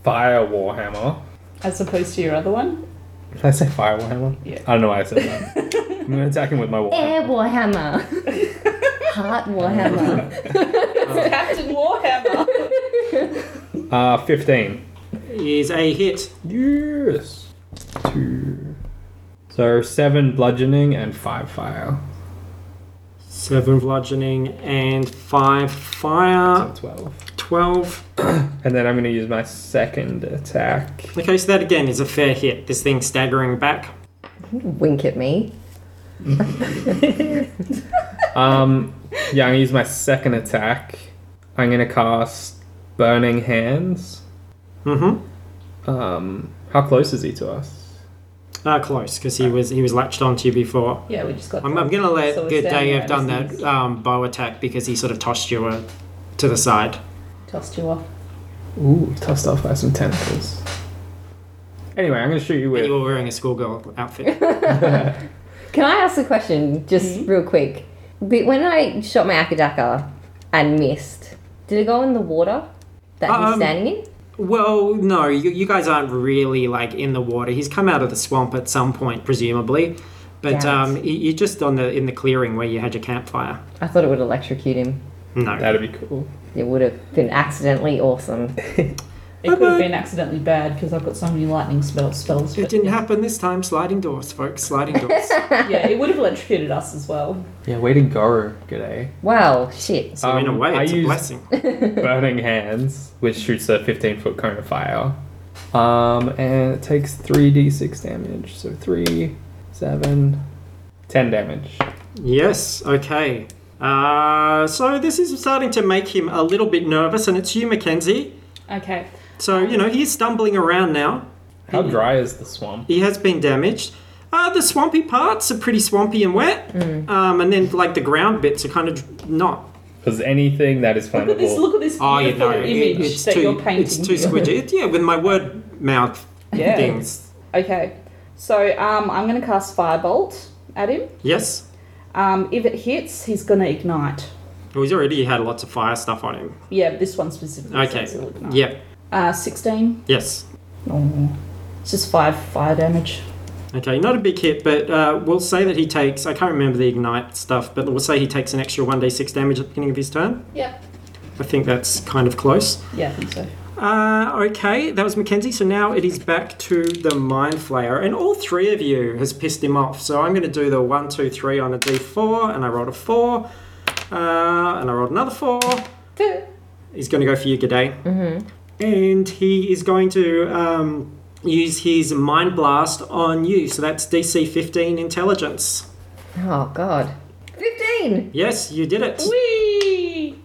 Speaker 3: fire warhammer.
Speaker 2: As opposed to your other one? <laughs>
Speaker 3: Did I say fire warhammer?
Speaker 2: Yeah.
Speaker 3: I don't know why I said that. I'm gonna attack him with my warhammer.
Speaker 4: Air <laughs> Warhammer. Heart Warhammer.
Speaker 2: Captain Warhammer!
Speaker 3: Uh, 15.
Speaker 1: Is a hit.
Speaker 3: Yes. Two. So seven bludgeoning and five fire.
Speaker 1: Seven bludgeoning and five
Speaker 3: So
Speaker 1: fire.
Speaker 3: twelve.
Speaker 1: Twelve.
Speaker 3: And then I'm gonna use my second attack.
Speaker 1: Okay, so that again is a fair hit. This thing staggering back.
Speaker 4: Wink at me.
Speaker 3: Um, yeah, I'm gonna use my second attack. I'm gonna cast Burning Hands.
Speaker 1: Mm-hmm.
Speaker 3: Um, how close is he to us?
Speaker 1: Uh, close, because he was he was latched onto you before.
Speaker 2: yeah, we just got.
Speaker 1: I'm, I'm gonna let
Speaker 2: So it's
Speaker 1: Good Day
Speaker 2: down
Speaker 1: have done
Speaker 2: there,
Speaker 1: that um, bow attack because he sort of tossed you uh, to the side.
Speaker 2: Tossed you off.
Speaker 3: Ooh, tossed off by some tentacles. Anyway, I'm gonna shoot you
Speaker 1: And you
Speaker 3: with.
Speaker 1: were wearing a schoolgirl outfit.
Speaker 4: Can I ask a question, just real quick? But when I shot my Akadaka and missed, did it go in the water that he's
Speaker 1: Um,
Speaker 4: standing in?
Speaker 1: well, no, you, you guys aren't really like in the water. He's come out of the swamp at some point, presumably, but
Speaker 4: Damn
Speaker 1: um, y- you're just on the in the clearing where you had your campfire.
Speaker 4: I thought it would electrocute him.
Speaker 1: No,
Speaker 3: That'd be cool.
Speaker 4: It would have been accidentally awesome.
Speaker 2: It could have been accidentally bad because I've got so many lightning spell, spells.
Speaker 1: it <laughs>
Speaker 2: but
Speaker 1: didn't
Speaker 2: yeah.
Speaker 1: happen this time. Sliding doors, folks. Sliding <laughs> doors.
Speaker 2: Yeah, it would have electrocuted us as well.
Speaker 3: Yeah, way to go, G'day.
Speaker 4: Wow, shit.
Speaker 1: so in a
Speaker 3: Um,
Speaker 1: way,
Speaker 3: I
Speaker 1: it's a
Speaker 3: used-
Speaker 1: blessing.
Speaker 3: Burning Hands, which shoots a 15 foot cone of fire. Um, and it takes 3d6 damage. So 3, 7, 10 damage.
Speaker 1: Yes, okay. Uh, so this is starting to make him a little bit nervous, and it's you, Mackenzie.
Speaker 2: Okay.
Speaker 1: So, you know, he's stumbling around now.
Speaker 3: How dry is the swamp?
Speaker 1: He has been damaged. Uh, the swampy parts are pretty swampy and wet. Um, and then, like, the ground bits are kind of not.
Speaker 3: Because anything that is
Speaker 2: Look at this.
Speaker 3: flammable.
Speaker 2: Look at this beautiful
Speaker 1: Oh, you know, it-
Speaker 2: image
Speaker 1: it's,
Speaker 2: that
Speaker 1: too,
Speaker 2: you're painting.
Speaker 1: it's too
Speaker 2: here.
Speaker 1: squidgy. It- yeah, with my word mouth
Speaker 2: Yeah.
Speaker 1: things.
Speaker 2: Okay. So um, I'm going to cast Firebolt at him.
Speaker 1: Yes?
Speaker 2: Um, if it hits, he's going to ignite.
Speaker 1: Well, he's already had lots of fire stuff on him.
Speaker 2: Yeah, this one specifically.
Speaker 1: Okay.
Speaker 2: says it'll ignite.
Speaker 1: Yep.
Speaker 2: Uh, 16.
Speaker 1: Yes.
Speaker 2: Oh, it's just five fire damage.
Speaker 1: Okay, not a big hit, but uh, we'll say that he takes. I can't remember the ignite stuff, but we'll say he takes an extra 1d6 damage at the beginning of his turn.
Speaker 2: Yep.
Speaker 1: I think that's kind of close.
Speaker 2: Yeah, I think so.
Speaker 1: Uh, okay, that was Mackenzie. So now it is back to the Mind Flayer, and all three of you has pissed him off. So I'm going to do the one, two, three on a d4, and I rolled a 4, uh, and I rolled another 4. He's going to go for you, G'day. Mm-hmm. And he is going to um, use his Mind Blast on you. So that's DC 15 intelligence.
Speaker 4: Oh, God. 15!
Speaker 1: Yes, you did it.
Speaker 2: Whee!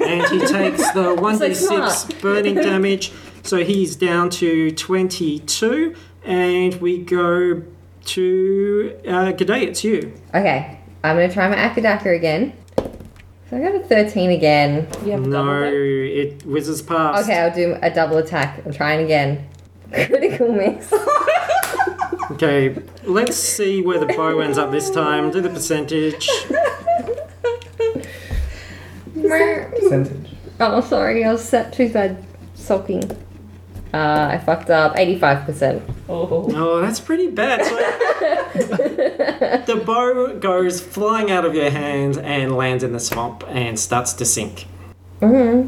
Speaker 1: and he takes the
Speaker 4: It's
Speaker 1: 1d6 burning damage. So he's down to 22. And we go to uh, G'day, it's you.
Speaker 4: Okay, I'm gonna try my Akadaka again. So I got a 13 again.
Speaker 2: You have
Speaker 1: No,
Speaker 2: doubled it.
Speaker 1: it whizzes past.
Speaker 4: Okay, I'll do a double attack. I'm trying again. <laughs> Critical miss.
Speaker 1: Okay, let's see where the bow ends up this time. Do the percentage.
Speaker 3: Percentage.
Speaker 4: Oh, sorry, I was set too bad sulking. Uh, I fucked up 85%.
Speaker 2: Oh.
Speaker 1: Oh, that's pretty bad. So the bow goes flying out of your hand and lands in the swamp and starts to sink.
Speaker 3: It's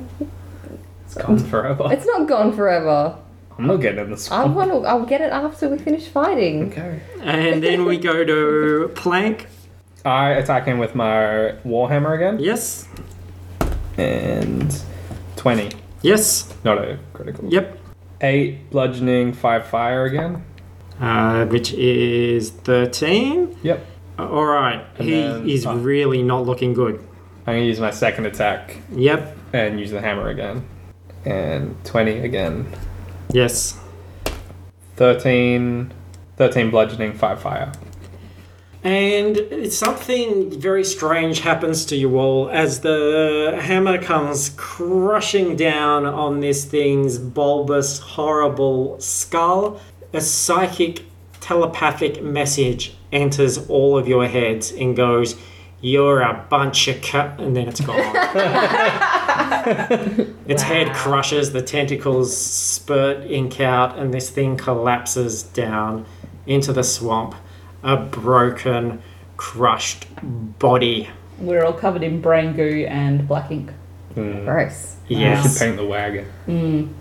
Speaker 3: gone forever.
Speaker 2: <laughs>
Speaker 4: It's not gone forever.
Speaker 3: I'm not getting in the
Speaker 4: I
Speaker 3: swamp.
Speaker 4: want to, I'll get it after we finish fighting.
Speaker 3: Okay.
Speaker 1: And then we go to Plank.
Speaker 3: I attack him with my warhammer again.
Speaker 1: Yes?
Speaker 3: And 20.
Speaker 1: Yes?
Speaker 3: Not a critical.
Speaker 1: Yep.
Speaker 3: 8 bludgeoning, 5 fire again.
Speaker 1: uh, which is 13.
Speaker 3: Yep.
Speaker 1: All right,
Speaker 3: And
Speaker 1: he
Speaker 3: then-
Speaker 1: is
Speaker 3: oh.
Speaker 1: really not looking good.
Speaker 3: I'm gonna use my second attack
Speaker 1: Yep,
Speaker 3: and use the hammer again. And 20 again.
Speaker 1: yes.
Speaker 3: 13, 13 bludgeoning, 5 fire.
Speaker 1: And something very strange happens to you all as the hammer comes crushing down on this thing's bulbous, horrible skull. A psychic, telepathic message enters all of your heads and goes, You're a bunch of cut. And then it's gone. its head crushes, the tentacles spurt ink out, and this thing collapses down into the swamp a broken, crushed body.
Speaker 2: We're all covered in brain goo and black ink.
Speaker 4: Gross.
Speaker 3: You
Speaker 1: Yes.
Speaker 3: should paint the wagon.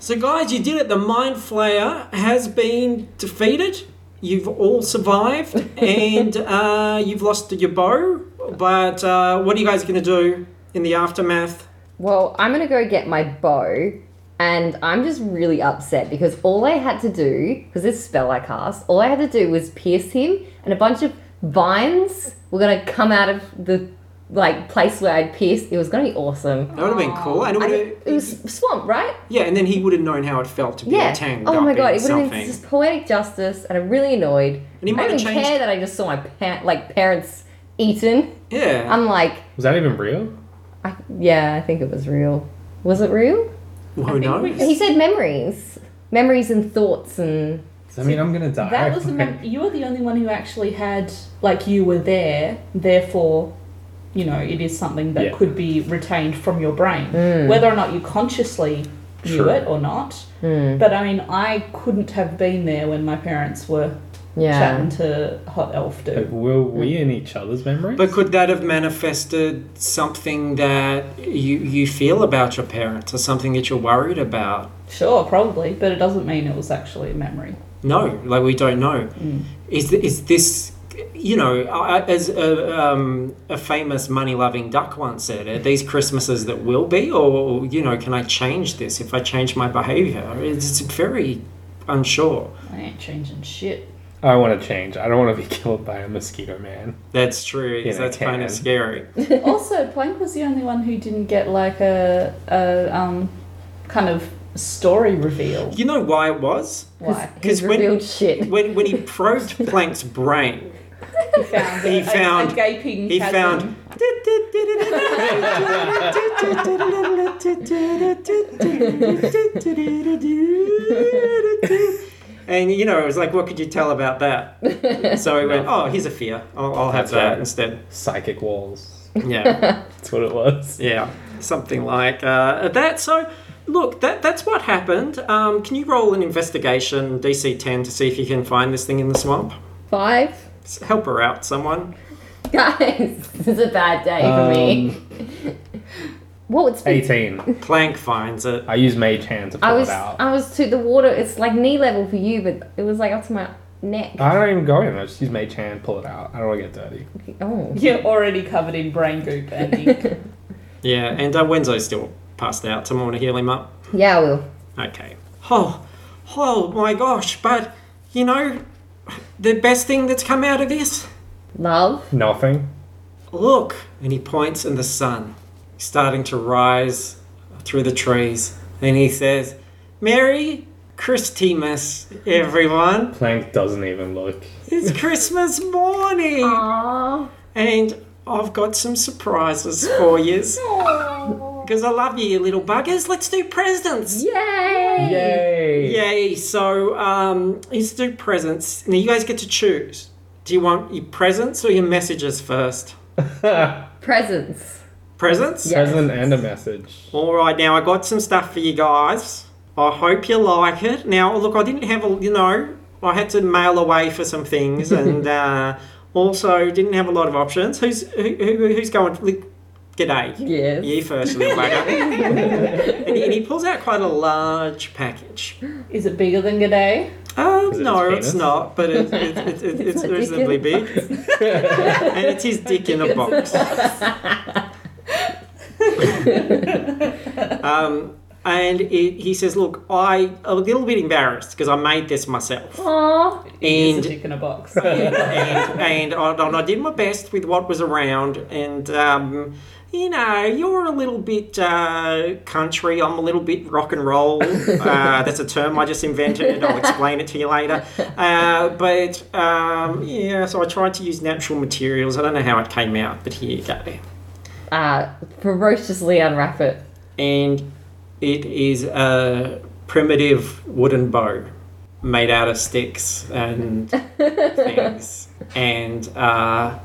Speaker 1: So, guys, you did it. The Mind Flayer has been defeated. You've all survived,
Speaker 4: <laughs>
Speaker 1: and uh, you've lost your bow. But uh, what are you guys going to do in the aftermath?
Speaker 4: Well, I'm gonna go get my bow, and I'm just really upset because all I had to do, because this spell I cast, all I had to do was pierce him, and a bunch of vines were gonna come out of the like place where I'd pierced. It was gonna be awesome.
Speaker 1: That would have been cool. And it
Speaker 4: Oh, I
Speaker 1: would've-
Speaker 4: think it was swamp, right?
Speaker 1: yeah, and then he would have known how it felt to be
Speaker 4: Yeah.
Speaker 1: tangled
Speaker 4: Oh
Speaker 1: up
Speaker 4: my god,
Speaker 1: in
Speaker 4: it would have
Speaker 1: something.
Speaker 4: been just poetic justice, and I'm really annoyed.
Speaker 1: And he
Speaker 4: I
Speaker 1: might
Speaker 4: don't
Speaker 1: have
Speaker 4: even
Speaker 1: changed-
Speaker 4: care that I just saw my pa- like parents eaten.
Speaker 1: yeah.
Speaker 4: I'm like,
Speaker 3: Was that even real?
Speaker 4: I, yeah, I think it was real. Was it real?
Speaker 1: well, who knows?
Speaker 4: He said memories, memories and thoughts, and
Speaker 3: Does that mean I'm gonna die?
Speaker 2: That was the mem- you were the only one who actually had like you were there, therefore, you know it is something that
Speaker 3: Yeah.
Speaker 2: could be retained from your brain, whether or not you consciously knew
Speaker 3: True.
Speaker 2: it or not. But I mean, I couldn't have been there when my parents were
Speaker 4: yeah,
Speaker 2: chatting to hot elf
Speaker 3: <laughs> Like,
Speaker 2: dude.
Speaker 3: were we in each other's memories?
Speaker 1: But could that have manifested something that you you feel about your parents or something that you're worried about?
Speaker 2: Sure, probably, but it doesn't mean it was actually a memory.
Speaker 1: No, like we don't know.
Speaker 3: Mm.
Speaker 1: Is th- is this? You know, I- I- as a, um, a famous money-loving duck once said, "Are these Christmases that will be, or you know, can I change this if I change my behaviour?" It's very unsure.
Speaker 2: I ain't changing shit. <laughs>
Speaker 3: I want to change. I don't want to be <laughs> killed by a mosquito man.
Speaker 1: That's true. 'cause
Speaker 3: Yeah,
Speaker 1: that's kind
Speaker 3: can.
Speaker 1: of scary.
Speaker 2: also, Plank was the only one who didn't get like a, a um, kind of story reveal.
Speaker 1: You know why it was?
Speaker 2: Why?
Speaker 4: because
Speaker 1: 'Cause when-
Speaker 4: revealed shit.
Speaker 1: When when he
Speaker 3: <laughs>
Speaker 1: probed Plank's brain,
Speaker 2: He found,
Speaker 1: He
Speaker 2: a,
Speaker 1: found-
Speaker 2: a, a gaping
Speaker 1: He
Speaker 2: chasm.
Speaker 1: found. And you know, it was like, what could you tell about that? So he went, oh, here's a fear. I'll, I'll have
Speaker 3: That's
Speaker 1: that
Speaker 3: right.
Speaker 1: instead.
Speaker 3: Psychic walls.
Speaker 1: Yeah,
Speaker 3: That's what it was.
Speaker 1: yeah, something like uh, that. So, look, that that's what happened. Um, can you roll an investigation DC ten to see if you can find this thing in the swamp?
Speaker 4: Five <laughs>
Speaker 1: S- Help her out, someone.
Speaker 4: guys, this is a bad day for
Speaker 3: Um,
Speaker 4: me. Well, it's been,
Speaker 3: 18.
Speaker 1: Plank finds it.
Speaker 3: I use mage hand to pull
Speaker 4: I was
Speaker 3: it out.
Speaker 4: I was to the water. It's like knee level for you, but it was like up to my neck.
Speaker 3: I don't even go in. I just use mage hand, pull it out. I don't want to get dirty.
Speaker 4: Oh,
Speaker 2: You're already covered in brain goop,
Speaker 1: <laughs>
Speaker 2: Andy.
Speaker 1: Yeah, and uh, Wenzo's still passed out. Someone want to heal him up?
Speaker 4: yeah, I will.
Speaker 1: Okay. Oh, oh my gosh, but you know, the best thing that's come out of this?
Speaker 4: Love.
Speaker 3: Nothing.
Speaker 1: Look! And he points in the sun, starting to rise through the trees. And he says, Merry Christmas, everyone!
Speaker 3: Plank doesn't even look.
Speaker 1: It's Christmas morning!
Speaker 4: Aww.
Speaker 1: And I've got some surprises for you. Because I love you, you little buggers. Let's do presents!
Speaker 4: Yay!
Speaker 3: Yay!
Speaker 1: Yay! So, um, let's do presents. Now, you guys get to choose. Do you want your presents or your messages first?
Speaker 4: Presents.
Speaker 1: Presents?
Speaker 3: <laughs>
Speaker 4: Yeah.
Speaker 3: Present and a message.
Speaker 1: <laughs> All right, now I got some stuff for you guys. I hope you like it. Now, look, I didn't have a, you know, I had to mail away for some things and uh, also didn't have a lot of options. Who's who, who, who's going? Look, G'day.
Speaker 4: Yes.
Speaker 1: You first, little bugger. and, he, and he pulls out quite a large package.
Speaker 2: Is it bigger than G'day?
Speaker 1: Um,
Speaker 3: Is it
Speaker 1: no,
Speaker 3: his
Speaker 1: it's
Speaker 3: penis?
Speaker 1: not, but it, it, it, it, it's
Speaker 4: my dick
Speaker 1: reasonably
Speaker 4: in a
Speaker 1: big. and it's his dick in a
Speaker 4: <laughs>
Speaker 1: box. um, and it, he says, "Look, I am a little bit embarrassed because I made this myself,
Speaker 4: Aw.
Speaker 2: It's
Speaker 1: and
Speaker 2: a dick in a
Speaker 1: <laughs>
Speaker 2: box.
Speaker 1: and, and I, and I did my best with what was around, and um, you know, you're a little bit uh, country. I'm a little bit rock and roll. Uh, that's a term I just invented. I'll explain it to you later. Uh, but um, yeah, so I tried to use natural materials. I don't know how it came out, but here you go.
Speaker 4: Uh, ferociously unwrap it.
Speaker 1: And it is a primitive wooden bow made out of sticks and things. And uh,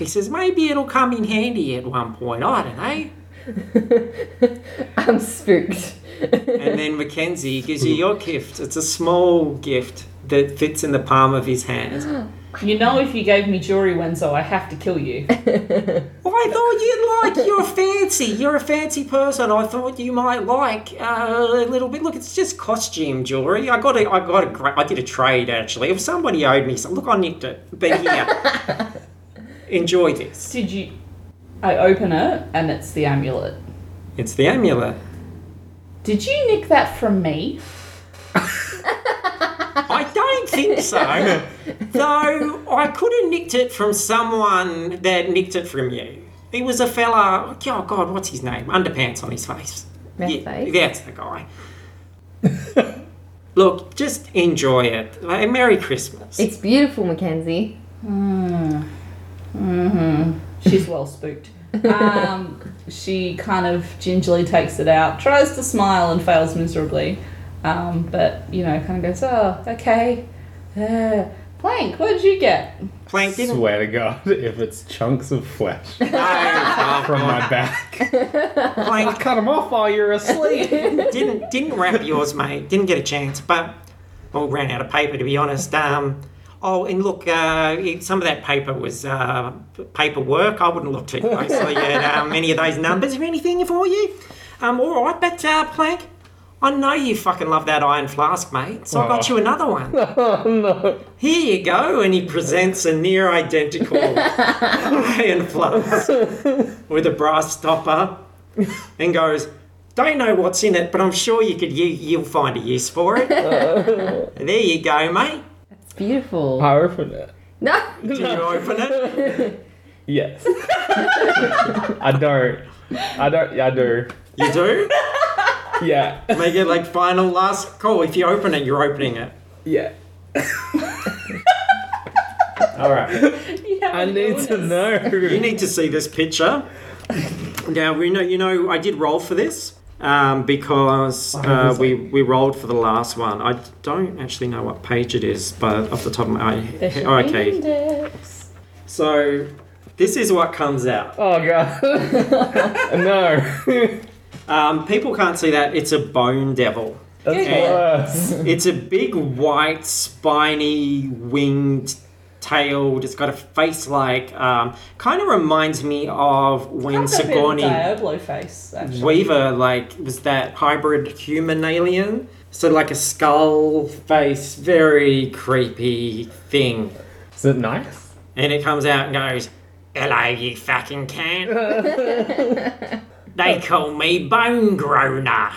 Speaker 1: he says, maybe it'll come in handy at one point. I don't know.
Speaker 4: I'm <laughs> spooked.
Speaker 1: And then Mackenzie gives you your gift. It's a small gift that fits in the palm of his hand.
Speaker 2: you know, if you gave me jewelry, Wenzo, I have to kill you.
Speaker 1: Well, I thought you'd like. You're fancy. You're a fancy person. I thought you might like uh, a little bit. Look, it's just costume jewelry. I got a, I got a, gra- I did a trade actually. If somebody owed me some, look, I nicked it. But yeah, enjoy this.
Speaker 2: Did you? I open it and it's the amulet.
Speaker 1: It's the amulet.
Speaker 2: Did you nick that from me?
Speaker 1: I don't think so. Though I could have nicked it from someone that nicked it from you. He was a fella. Oh God, what's his name? Underpants on his face.
Speaker 4: Meth
Speaker 1: Yeah,
Speaker 4: face.
Speaker 1: That's the guy. <laughs> Look, just enjoy it. Like, Merry Christmas.
Speaker 4: It's beautiful, Mackenzie.
Speaker 2: She's well spooked. Um, she kind of gingerly takes it out, tries to smile and fails miserably. Um, but you know, kind of goes, "Oh, okay." Uh, Plank, what did you get?
Speaker 1: Plank didn't.
Speaker 3: Swear to God, <laughs> if it's chunks of flesh
Speaker 1: No, oh,
Speaker 3: from
Speaker 1: God.
Speaker 3: my back, I
Speaker 1: Plank
Speaker 3: cut them off while you're asleep.
Speaker 1: didn't didn't <laughs> wrap yours, mate. Didn't get a chance, but well, ran out of paper to be honest. Um, oh, and look, uh, it- some of that paper was uh, paperwork. I wouldn't look too <laughs> closely at um, any of those numbers or anything for you. Um, all right, but uh, Plank, I know you fucking love that iron flask, mate. So I got
Speaker 3: Oh.
Speaker 1: you another one.
Speaker 3: <laughs> oh no!
Speaker 1: Here you go, and he presents a near identical
Speaker 3: <laughs>
Speaker 1: iron flask with a brass stopper, and goes, "Don't know what's in it, but I'm sure you could you, you'll find a use for
Speaker 3: <laughs>
Speaker 1: it." there you go, mate.
Speaker 4: It's beautiful.
Speaker 3: I opened it.
Speaker 4: no.
Speaker 1: Do you open it?
Speaker 3: Yes. I don't. I don't. I do.
Speaker 1: You <laughs> do.
Speaker 3: Yeah.
Speaker 1: Make it like final last call. If you open it, you're opening it.
Speaker 3: Yeah. <laughs> All right.
Speaker 2: You have
Speaker 3: I
Speaker 2: an
Speaker 3: need to
Speaker 2: illness.
Speaker 1: You
Speaker 3: know.
Speaker 1: need to see this picture. Now we know. You know, I did roll for this um, because uh, we we rolled for the last one. I don't actually know what page it is, but off the top of my
Speaker 2: There should
Speaker 1: head,
Speaker 2: be
Speaker 1: oh,
Speaker 2: an
Speaker 1: okay.
Speaker 2: index.
Speaker 1: So
Speaker 3: <laughs>
Speaker 1: this is what comes out.
Speaker 3: Oh <laughs> god. no.
Speaker 1: Um, people can't see that. It's a bone devil.
Speaker 3: That's worse.
Speaker 1: It's a big white spiny winged. Tailed, it's got a face like, um, kind of reminds me of when
Speaker 2: Comes up in
Speaker 1: Sigourney
Speaker 2: Diablo face. Actually.
Speaker 1: Weaver, like, was that hybrid human alien? So, like, a skull face, very creepy thing.
Speaker 3: Is it nice?
Speaker 1: And it comes out and goes, Hello, you fucking can. they call me Bone Groaner.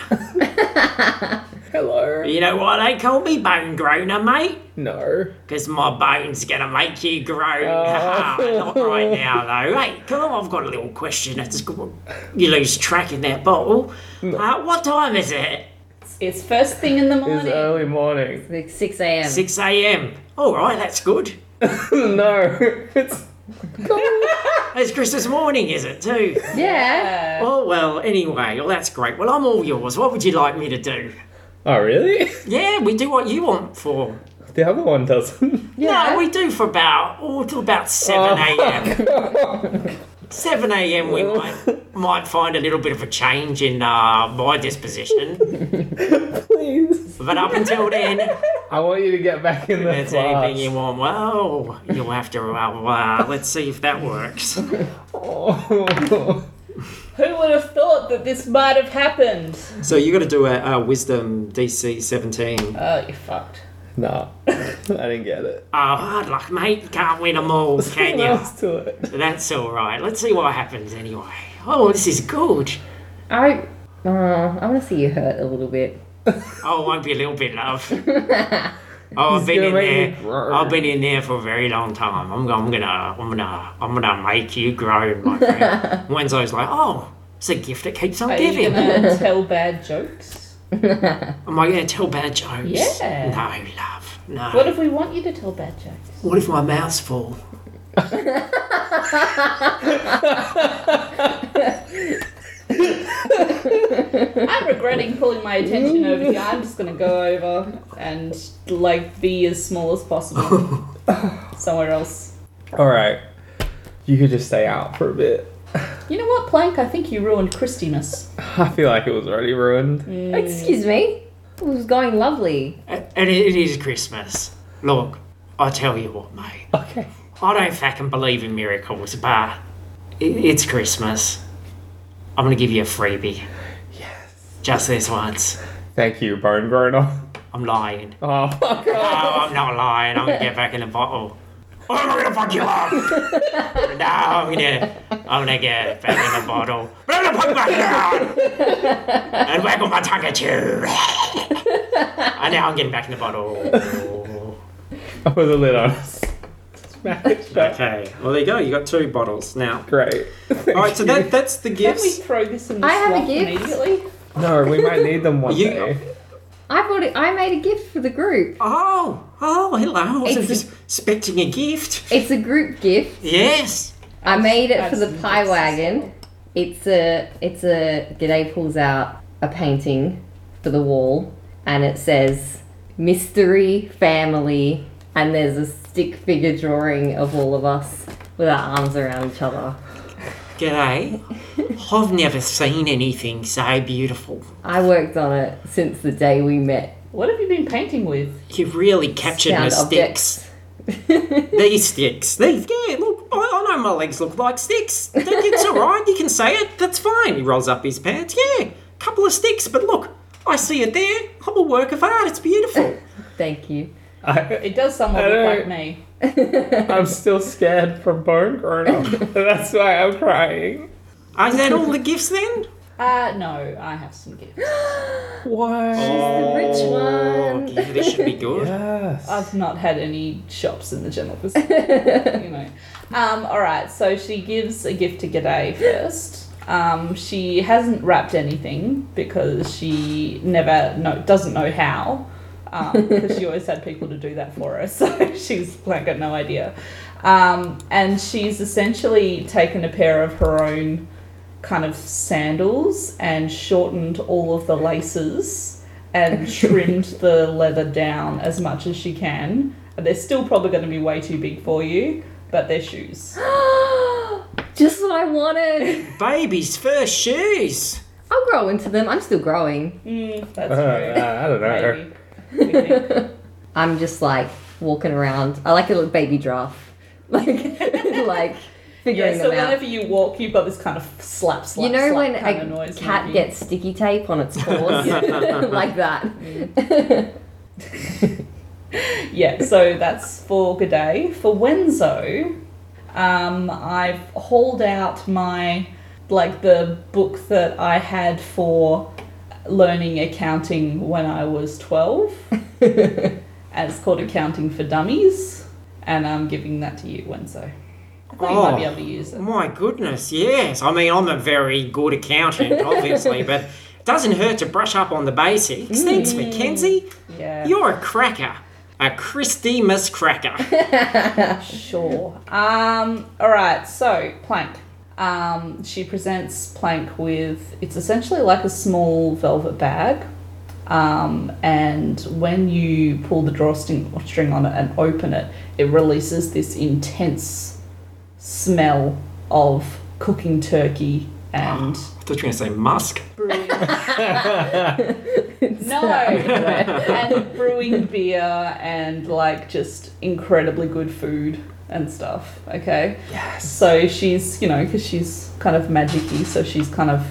Speaker 3: Hello.
Speaker 1: You know why they call me Bone Groaner, mate?
Speaker 3: No.
Speaker 1: Because my bone's gonna make you groan.
Speaker 3: Oh.
Speaker 1: Not right now, though. Hey, come on, I've got a little question. That's you lose track in that bottle. Uh, what time is it?
Speaker 2: It's first thing in the
Speaker 3: It's
Speaker 2: morning.
Speaker 3: early morning.
Speaker 4: Like 6 a.m.
Speaker 1: 6 a.m. All right, that's good.
Speaker 3: no. <laughs> It's
Speaker 1: It's Christmas morning, is it, too?
Speaker 4: Yeah.
Speaker 2: Uh,
Speaker 1: Oh, well, anyway, well, that's great. Well, I'm all yours. What would you like me to do?
Speaker 3: Oh really?
Speaker 1: Yeah, we do what you want for.
Speaker 3: The other one doesn't.
Speaker 1: No, we do for about, oh, till about 7 a.m.
Speaker 3: <laughs>
Speaker 1: 7 a.m. we might, might find a little bit of a change in uh, my disposition.
Speaker 3: Please.
Speaker 1: But up until
Speaker 3: <laughs>
Speaker 1: then,
Speaker 3: I want you to get back in the
Speaker 1: That's anything you
Speaker 3: class.
Speaker 1: want. Well, you'll have to, uh, uh, let's see if that works.
Speaker 3: <laughs> Oh.
Speaker 2: who would have thought that this might have happened?
Speaker 1: So you got to do a, a wisdom DC 17.
Speaker 2: Oh, you fucked.
Speaker 3: No. I didn't get it.
Speaker 1: Oh, hard luck, mate. Can't win them all,
Speaker 3: <laughs>
Speaker 1: can
Speaker 3: What
Speaker 1: you?
Speaker 3: else to it?
Speaker 1: That's all right. Let's see what happens anyway. Oh, this is good.
Speaker 4: I Oh, I want to see you hurt a little bit.
Speaker 5: Oh, it won't be a little bit, love. Oh, I've been
Speaker 3: gonna
Speaker 5: in
Speaker 3: make me
Speaker 5: there.
Speaker 3: grow.
Speaker 5: I've been in there for a very long time. I'm gonna, I'm gonna, I'm gonna, I'm gonna make you grow, my friend. Wenzo's like, oh, it's a gift that keeps on
Speaker 2: Are you
Speaker 5: giving.
Speaker 4: <laughs>
Speaker 2: gonna tell bad jokes?
Speaker 5: Am I gonna tell bad jokes?
Speaker 2: Yeah.
Speaker 5: No, love. No.
Speaker 2: What if we want you to tell bad jokes?
Speaker 5: What if my mouth's full?
Speaker 2: I'm regretting pulling my attention over here. I'm just gonna go over and like be as small as
Speaker 3: <laughs>
Speaker 2: possible somewhere else.
Speaker 3: All right, you could just stay out for a bit.
Speaker 2: You know what, Plank? I think you ruined Christiness.
Speaker 3: I feel like it was already ruined.
Speaker 4: Excuse me. It was going lovely.
Speaker 5: A- And it is Christmas. Look, I tell you what, mate.
Speaker 3: Okay.
Speaker 5: I don't fucking believe in miracles, but i it's Christmas. I'm gonna give you a freebie. Yes. Just this once.
Speaker 3: Thank you, bone groaner.
Speaker 5: I'm lying.
Speaker 3: <laughs> Oh, fuck
Speaker 5: No, I'm not lying. I'm gonna get back in the bottle. Oh, I'm gonna fuck you up. no, I'm gonna, I'm gonna get back in the bottle. I'm gonna put my head on and waggle my tongue at you. and now I'm getting back in the bottle.
Speaker 3: I put the lid on. Smack it shut.
Speaker 1: Okay. Well, there you go. You got two bottles now.
Speaker 3: Great. Thank
Speaker 1: All right. So
Speaker 3: you.
Speaker 1: that that's the
Speaker 2: Can we
Speaker 1: gifts.
Speaker 2: throw this in the
Speaker 4: I have a
Speaker 2: slot
Speaker 4: gift.
Speaker 2: immediately?
Speaker 3: <laughs> No, we might need them one
Speaker 1: <laughs> You-
Speaker 3: day.
Speaker 4: I bought it. I made a gift for the group.
Speaker 1: Oh.
Speaker 5: Oh, hello. I was
Speaker 4: It's-
Speaker 5: just expecting a gift.
Speaker 4: It's a group gift.
Speaker 5: Yes.
Speaker 4: I made it for
Speaker 2: That's
Speaker 4: the pie
Speaker 2: nice.
Speaker 4: wagon. It's a. It's a. G'day pulls out a painting for the wall, and it says mystery family, and there's a stick figure drawing of all of us with our arms around each other.
Speaker 5: G'day. I've never seen anything so beautiful.
Speaker 4: I worked on it since the day we met.
Speaker 2: What have you been painting with?
Speaker 5: You've really captured
Speaker 4: Found
Speaker 5: the sticks. These sticks. These, yeah, look, I, I know my legs look like sticks. That- It's all right. You can say it. That's fine. He rolls up his pants. Yeah, couple of sticks, but look, I see it there. I'm a work of art. It's beautiful.
Speaker 4: <laughs> Thank you.
Speaker 3: I,
Speaker 2: It does somewhat
Speaker 3: I
Speaker 2: look
Speaker 3: don't-
Speaker 2: like me.
Speaker 3: I'm still scared from bone <laughs> groaner. That's why I'm crying.
Speaker 5: Is that all the gifts then?
Speaker 2: Uh, no, I have some gifts.
Speaker 3: What?
Speaker 4: The rich
Speaker 5: Oh,
Speaker 4: one. <gasps>
Speaker 5: yeah, this should
Speaker 4: <laughs>
Speaker 5: be good.
Speaker 3: Yes.
Speaker 2: I've not had any shops in the general vicinity, you know. Um, all right, so she gives a gift to G'day first. Um, she hasn't wrapped anything because she never no doesn't know how um, because she always had people to do that for her, <laughs> so she's like got no idea. Um, and she's essentially taken a pair of her own kind of sandals and shortened all of the laces
Speaker 4: <laughs>
Speaker 2: and trimmed the leather down as much as she can. And they're still probably going to be way too big for you, but they're
Speaker 4: <laughs>
Speaker 2: shoes.
Speaker 4: Just what I wanted.
Speaker 5: Baby's first shoes.
Speaker 4: I'll grow into them. I'm still growing.
Speaker 2: Mm, that's
Speaker 3: Uh,
Speaker 2: true.
Speaker 3: I don't know.
Speaker 2: Maybe. <laughs> We think.
Speaker 4: <laughs> I'm just like walking around. I like a little baby giraffe, <laughs> like like figuring
Speaker 2: Yeah, so
Speaker 4: them out.
Speaker 2: whenever you walk, you've got this kind of slap, slap,
Speaker 4: you know
Speaker 2: slap
Speaker 4: when
Speaker 2: kind of
Speaker 4: a
Speaker 2: noise
Speaker 4: cat
Speaker 2: maybe.
Speaker 4: gets sticky tape on
Speaker 2: <laughs>
Speaker 4: its paws, <laughs> like that.
Speaker 2: Mm. Yeah, so that's for G'day. For Wenzo, um, I've hauled out my, like, the book that I had for learning accounting when I was 12. and it's called Accounting for Dummies. And I'm giving that to you, Wenzo. I thought you might be able to use
Speaker 1: Oh.
Speaker 2: it.
Speaker 5: My goodness, yes. I mean, I'm a very good
Speaker 4: <laughs>
Speaker 5: accountant, obviously, but it doesn't hurt to brush up on the basics. Thanks, Mackenzie.
Speaker 4: Mm.
Speaker 2: Yeah.
Speaker 5: You're a cracker. A Christmas cracker.
Speaker 2: Sure. Um, all right, so Plank. Um, she presents Plank with, it's essentially like a small velvet bag. Um, and when you pull the drawstring string on it and open it, it releases this intense smell of cooking turkey
Speaker 5: I
Speaker 2: and
Speaker 5: thought you were going to say Musk.
Speaker 2: no <laughs> and brewing beer and like just incredibly good food and stuff okay yes so she's you know because she's kind of magicy so she's kind of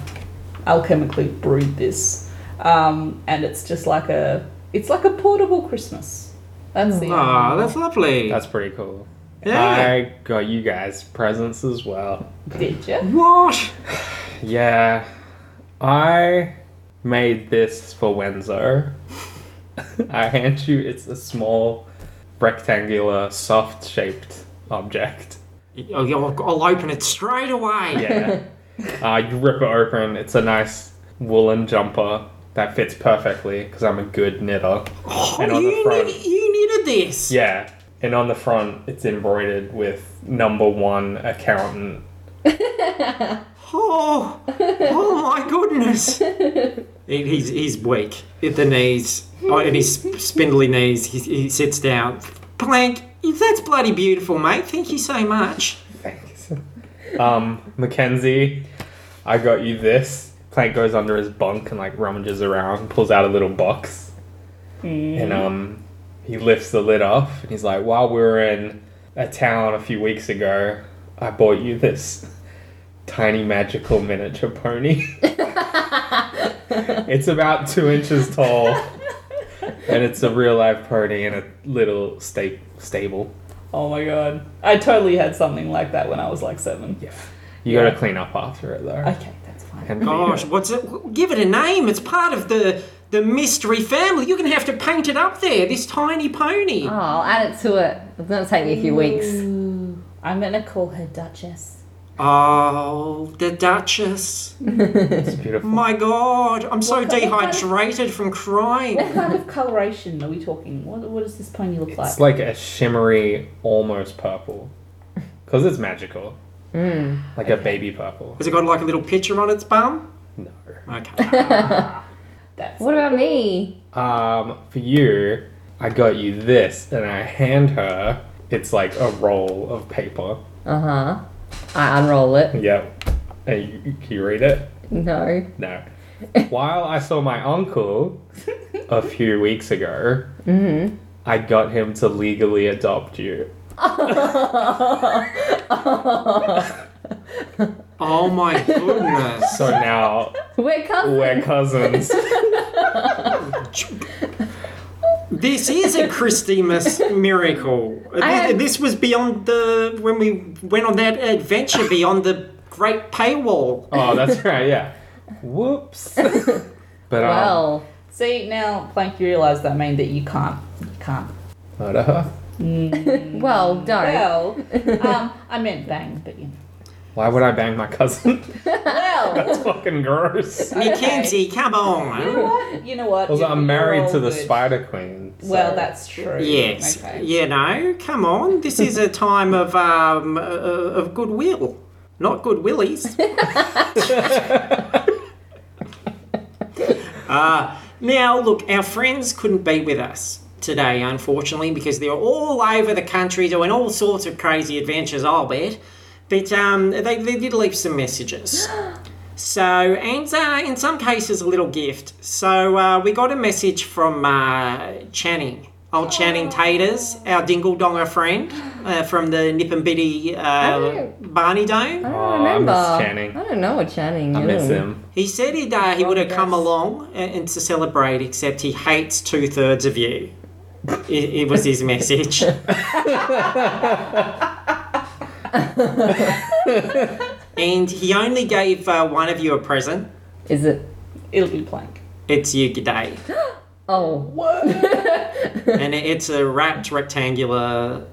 Speaker 2: alchemically brewed this um, and it's just like a it's like a portable christmas that's the
Speaker 5: Ah, that's lovely.
Speaker 3: That's pretty cool.
Speaker 5: yeah.
Speaker 3: I got you guys presents as well.
Speaker 2: did you
Speaker 5: what?
Speaker 3: Yeah. I made this for Wenzo. <laughs> I hand you. It's a small, rectangular, soft-shaped object.
Speaker 1: I'll, I'll- Oh, I'll open it straight away.
Speaker 3: Yeah. uh, you rip it open. It's a nice woolen jumper that fits perfectly because I'm a good knitter. and
Speaker 1: Oh,
Speaker 3: on the
Speaker 1: you,
Speaker 3: front,
Speaker 1: need, you needed this.
Speaker 3: yeah. And on the front, it's embroidered with number one accountant.
Speaker 1: Oh, oh my goodness. He- he's, he's weak at the knees, oh, at his spindly knees. He, he sits down. Plank, that's bloody beautiful, mate. Thank you so much.
Speaker 3: Thanks. <laughs> um, Mackenzie, I got you this. Plank goes under his bunk and like rummages around, pulls out a little box, and um, he lifts the lid off and he's like, "While we were in a town a few weeks ago, I bought you this <laughs> tiny magical miniature pony. it's about two inches tall, and it's a real life pony in a little sta- stable.
Speaker 6: Oh my god. I totally had something like that when I was like seven.
Speaker 3: Yeah, you gotta clean up after it though."
Speaker 6: Okay, that's fine.
Speaker 3: And
Speaker 1: Gosh, what's it? Give it a name. It's part of the the mystery family. You're going to have to paint it up there, this tiny pony.
Speaker 4: <laughs> Oh, I'll add it to it. It's gonna take me a few weeks.
Speaker 2: Mm.
Speaker 6: I'm gonna call her Duchess.
Speaker 1: Oh, the Duchess.
Speaker 3: it's beautiful.
Speaker 1: My God, I'm so
Speaker 2: kind of-
Speaker 1: dehydrated from
Speaker 2: <laughs>
Speaker 1: crying.
Speaker 2: What kind of coloration are we talking? What, what does this pony look like?
Speaker 3: It's like a shimmery, almost purple, because it's magical. Like a baby purple.
Speaker 1: Has it got like a little picture on its bum?
Speaker 3: No.
Speaker 1: Okay.
Speaker 6: That's
Speaker 4: What about me?
Speaker 3: Um, for you, I got you this, and I hand her. It's like a roll of paper.
Speaker 4: Uh huh. I unroll it.
Speaker 3: Yep. And you, you- can you read it?
Speaker 2: <laughs>
Speaker 4: No. <laughs>
Speaker 3: No. While I saw my uncle a few weeks ago, I got him to legally adopt you.
Speaker 1: oh my goodness.
Speaker 3: So now
Speaker 4: We're cousins.
Speaker 3: we're cousins.
Speaker 1: This is a Christmas miracle.
Speaker 4: I-
Speaker 1: This, this was beyond the. when we went on that adventure beyond the great paywall.
Speaker 3: Oh, that's <laughs> right. Yeah. Whoops. But um,
Speaker 4: well,
Speaker 6: See now Plank you realise that mean that you can't you can't.
Speaker 3: not a her.
Speaker 4: well, don't.
Speaker 6: Well <laughs> um I meant bang, but you know.
Speaker 3: Why would I bang my cousin? <laughs>
Speaker 6: Well
Speaker 1: <laughs>
Speaker 3: That's fucking gross.
Speaker 1: Mackenzie, come
Speaker 6: you know
Speaker 1: on.
Speaker 6: what? You know what?
Speaker 3: Also,
Speaker 6: You're-
Speaker 3: I'm
Speaker 6: you're
Speaker 3: married
Speaker 6: all
Speaker 3: to the
Speaker 6: good.
Speaker 3: Spider Queen. so-
Speaker 6: Well, that's true.
Speaker 1: Yes,
Speaker 6: Okay.
Speaker 1: you know, come on. This is a time of um, uh, of goodwill, not good willies. uh, now, look, our friends couldn't be with us today, unfortunately, because they're all over the country doing all sorts of crazy adventures. I'll bet, but um, they they did leave some messages. So, and uh, in some cases, a little gift. So, uh, we got a message from uh, Channing, old Channing Taters, our dingle donger friend uh, from the Nip and Bitty uh,
Speaker 4: don't-
Speaker 1: Barney Dome.
Speaker 3: Oh, I
Speaker 4: I don't remember. Oh.
Speaker 3: miss Channing.
Speaker 4: I don't know what Channing.
Speaker 3: I miss
Speaker 4: is.
Speaker 3: him.
Speaker 1: He said he'd, uh, he would have come
Speaker 6: guess.
Speaker 1: along and, and to celebrate, except he hates two thirds of you. It, it was his message. and he only gave uh, one of you a present.
Speaker 4: Is it?
Speaker 6: It'll be Plank.
Speaker 1: It's you today.
Speaker 4: Oh,
Speaker 1: and it- it's a wrapped rectangular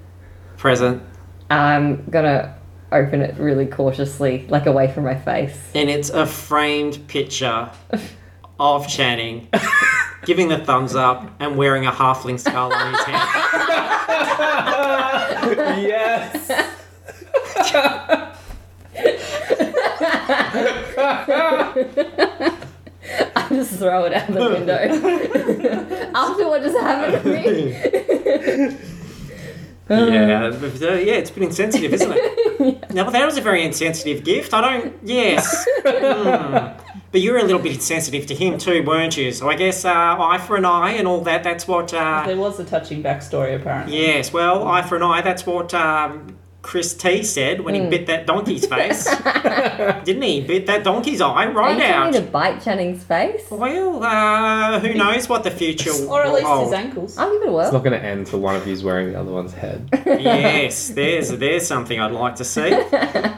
Speaker 1: present,
Speaker 4: I'm gonna open it really cautiously, like away from my face.
Speaker 1: and it's a framed picture of Channing giving the thumbs up and wearing a halfling skull on his head.
Speaker 3: yes.
Speaker 4: I <laughs> just throw it out the
Speaker 3: <laughs>
Speaker 4: window. After what just happened to me.
Speaker 1: Yeah, but, <laughs> uh, yeah, it's been insensitive, isn't it? Now that was a very insensitive gift. I don't. Yes. Hmm. But you were a little bit insensitive to him too, weren't you? So I guess uh, eye for an eye and all that. That's what. Uh,
Speaker 6: There was a touching backstory apparently.
Speaker 1: Yes, well, eye for an eye, that's what um, Chris T said when
Speaker 6: Hmm.
Speaker 1: he bit that
Speaker 6: <laughs>
Speaker 1: donkey's face. Didn't he? Bit that donkey's eye
Speaker 4: Are you
Speaker 1: right
Speaker 4: trying
Speaker 1: out.
Speaker 4: to bite Channing's face?
Speaker 3: Oh.
Speaker 1: Well, uh, who knows what the future oh, will
Speaker 6: Or at least his
Speaker 1: hold.
Speaker 6: ankles.
Speaker 4: I'll give it a
Speaker 3: It's
Speaker 4: whirl.
Speaker 3: not going to end till one of you's wearing the other one's head.
Speaker 1: yes, there's there's something I'd like
Speaker 6: <laughs>
Speaker 1: to see.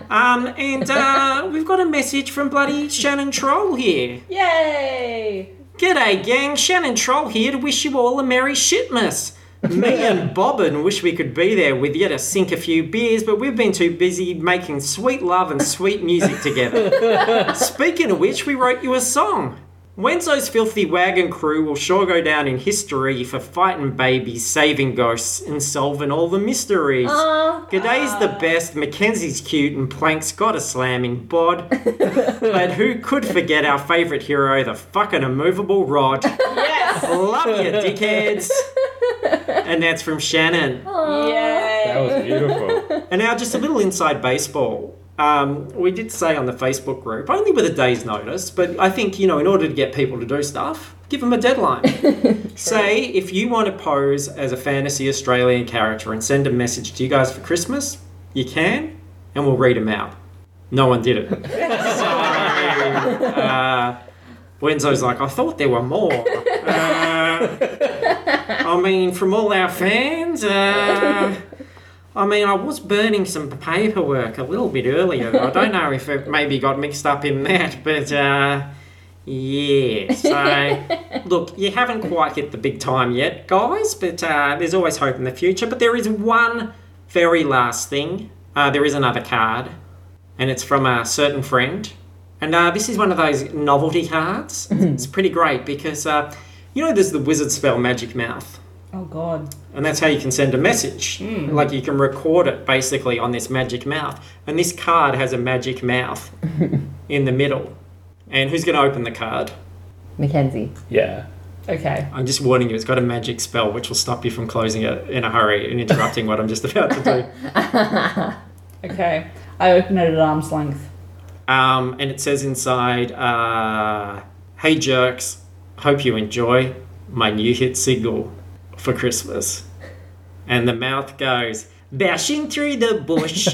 Speaker 1: Um, and uh, we've got a message from bloody Shannon Troll here.
Speaker 6: Yay!
Speaker 1: G'day, gang. Shannon Troll here to wish you all a merry shitmas. Me and Bobbin wish we could be there with you to sink a few beers, but we've been too busy making sweet love and sweet music together. Speaking of which, we wrote you a song. Wenzo's filthy wagon crew will sure go down in history for fighting babies, saving ghosts, and solving all the mysteries.
Speaker 4: Aw.
Speaker 1: Gaday's the best, Mackenzie's cute, and Plank's got a slamming bod. but who could forget our favourite hero, the fucking immovable rod?
Speaker 6: <laughs> Yes!
Speaker 1: Love you, dickheads! and that's from Shannon.
Speaker 6: Yay!
Speaker 3: That was beautiful.
Speaker 1: And now, just a little inside baseball. Um, we did say on the Facebook group, only with a day's notice, but I think, you know, in order to get people to do stuff, give them a deadline. say, if you want to pose as a fantasy Australian character and send a message to you guys for Christmas, you can, and we'll read them out. No one did it. so, uh, Wenzo's like, I thought there were more. Uh, I mean, from all our fans, uh, I mean, I was burning some paperwork a little bit earlier. I don't know if it maybe got mixed up in that, but uh, yeah. So, look, you haven't quite hit the big time yet, guys, but uh, there's always hope in the future. But there is one very last thing. Uh, there is another card, and it's from a certain friend. And uh, this is one of those novelty cards. it's pretty great because, uh, you know, there's the wizard spell Magic Mouth
Speaker 6: Oh god.
Speaker 1: and that's how you can send a message. Like you can record it basically on this magic mouth, and this card has a magic mouth in the middle. And who's going to open the card?
Speaker 4: Mackenzie.
Speaker 3: Yeah.
Speaker 6: Okay.
Speaker 1: I'm just warning you, it's got a magic spell which will stop you from closing it in a hurry and interrupting what I'm just about to do.
Speaker 6: Okay. I open it at arm's length.
Speaker 1: Um, and it says inside, uh, "Hey jerks, hope you enjoy my new hit single for Christmas." And the mouth goes bashing through the bush.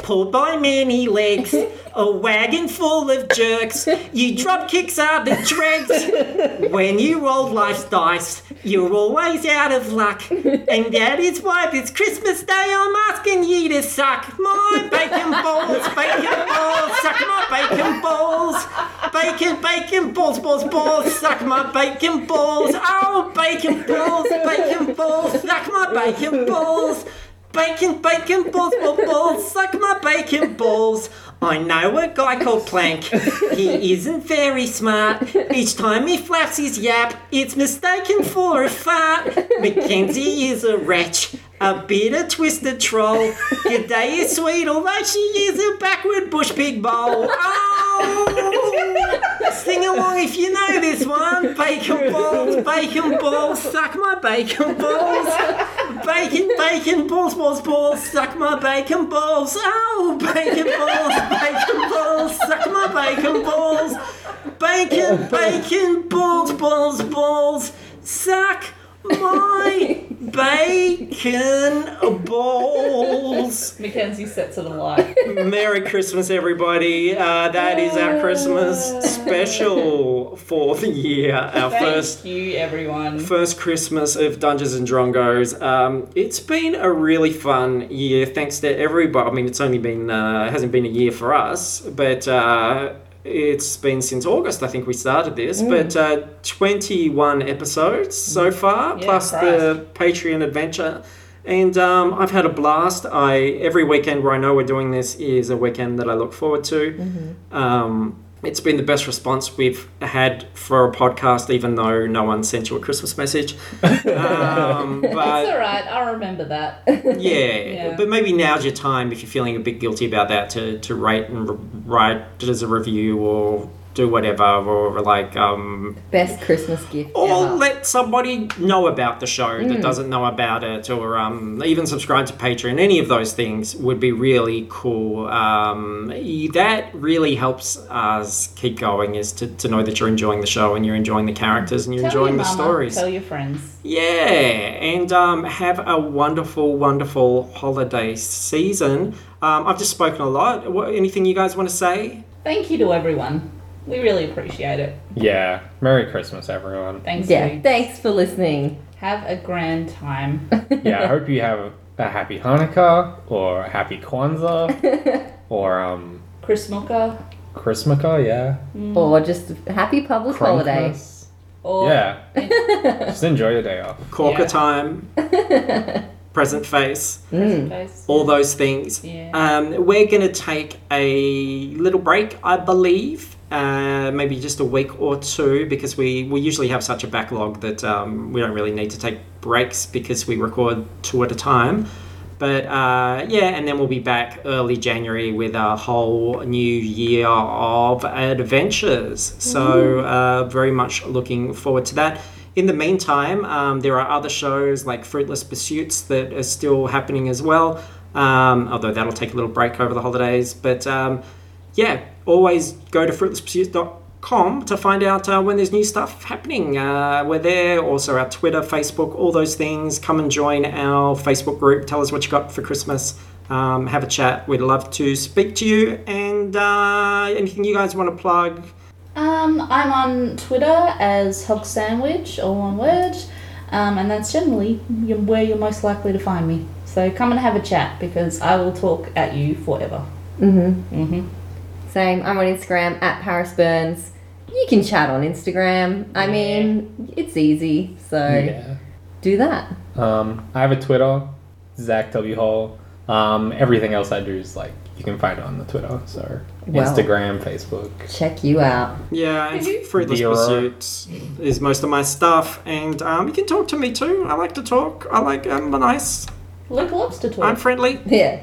Speaker 1: pulled by many legs. A wagon full of jerks. You drop kicks are the dregs. When you roll life's dice, you're always out of luck. And that is why this Christmas Day I'm asking you to suck my bacon balls, bacon balls, suck my bacon balls. Bacon, bacon, balls, balls, balls, suck my bacon balls. Oh, bacon balls, bacon balls, suck my bacon balls. Bacon, bacon, balls, balls, balls, suck my bacon balls. I know a guy called Plank. He isn't very smart. Each time he flaps his yap, it's mistaken for a fart. Mackenzie is a wretch, a bitter, twisted troll. G'day is sweet, although she is a backward bush pig bowl. Oh! Sing along if you know this one. Bacon balls, bacon balls, suck my bacon balls. Bacon, bacon, balls, balls, balls, suck my bacon balls. Oh, bacon balls, bacon balls, suck my bacon balls. Bacon, bacon, balls, balls, balls, suck my bacon balls.
Speaker 6: Mackenzie sets it
Speaker 1: <laughs>
Speaker 6: alight.
Speaker 1: Merry Christmas, everybody. Uh, that is our Christmas special for the year, our
Speaker 6: Thank
Speaker 1: first
Speaker 6: you,
Speaker 2: Mm.
Speaker 6: everyone.
Speaker 1: first Christmas of Dungeons and Drongos. Um, it's been a really fun year, thanks to everybody. I mean, it's only been uh, it hasn't been a year for us, but uh, it's been since August. I think we started this, but uh, twenty-one episodes so far,
Speaker 6: Yeah,
Speaker 1: plus the Patreon adventure. And um, I've had a blast. I every weekend where I know we're doing this is a weekend that I look forward to. Um, it's been the best response we've had for a podcast, even though no one sent you a Christmas message. Um,
Speaker 6: <laughs> It's
Speaker 1: but
Speaker 6: alright, I remember that.
Speaker 1: yeah,
Speaker 6: Yeah.
Speaker 1: but maybe now's your time if you're feeling a bit guilty about that to, to rate and re- write it as a review or do whatever or like um,
Speaker 4: Best Christmas gift
Speaker 1: or
Speaker 3: Oh,
Speaker 4: ever.
Speaker 1: let somebody know about the show
Speaker 2: Mm.
Speaker 1: that doesn't know about it or um, even subscribe to patreon any of those things would be really cool um, that really helps us keep going is to, to know that you're enjoying the show and you're enjoying the characters and you're
Speaker 2: Tell
Speaker 1: enjoying
Speaker 2: your
Speaker 1: the
Speaker 2: mama,
Speaker 1: stories
Speaker 2: Tell your friends.
Speaker 1: yeah and um, have a wonderful wonderful holiday season um, i've just spoken a lot what, anything you guys want to say
Speaker 2: Thank you to everyone. We really appreciate it.
Speaker 3: Yeah. Merry Christmas, everyone.
Speaker 2: Thanks.
Speaker 4: yeah,
Speaker 2: Yeah.
Speaker 4: thanks for listening.
Speaker 2: Have a grand time.
Speaker 3: Yeah, I hope you have a happy Hanukkah or a happy Kwanzaa or um
Speaker 2: Chris Milka
Speaker 3: Chrismica, yeah.
Speaker 4: Or just a happy public holiday.
Speaker 3: Kronkas.
Speaker 2: or
Speaker 3: Yeah. Just enjoy your day off.
Speaker 1: corker
Speaker 2: Yeah. <laughs>
Speaker 1: time present face
Speaker 2: Face.
Speaker 1: all those things.
Speaker 2: Yeah.
Speaker 1: Um, we're going to take a little break, I believe, uh, maybe just a week or two, because we, we usually have such a backlog that um, we don't really need to take breaks because we record two at a time. But uh, yeah, and then we'll be back early January with a whole new year of adventures. So, uh, very much looking forward to that. In the meantime, um, there are other shows like Fruitless Pursuits that are still happening as well, um, although that'll take a little break over the holidays. But um, yeah, always go to fruitlesspursuits.com to find out uh, when there's new stuff happening. Uh, we're there, also our Twitter, Facebook, all those things. Come and join our Facebook group. Tell us what you got for Christmas. Um, have a chat. We'd love to speak to you. And uh, anything you guys want to plug?
Speaker 2: Um, I'm on Twitter as Hog Sandwich, all one word, um, and that's generally y- where you're most likely to find me. So come and have a chat because I will talk at you forever.
Speaker 4: Mm-hmm.
Speaker 3: Mm-hmm.
Speaker 4: Same. I'm on Instagram at Paris Burns. You can chat on Instagram. I mean, it's easy. So
Speaker 3: Yeah.
Speaker 4: do that.
Speaker 3: Um, I have a Twitter, Zach W Hall. Um, everything else I do is like you can find it on the Twitter, so
Speaker 4: Wow.
Speaker 3: Instagram, Facebook.
Speaker 4: Check you out.
Speaker 1: Yeah, and Fruitless
Speaker 3: Bureau.
Speaker 1: Pursuits is most of my stuff, and um, you can talk to me too. I like to talk. I like I'm nice.
Speaker 2: Luke loves to talk.
Speaker 1: I'm friendly.
Speaker 4: Yeah.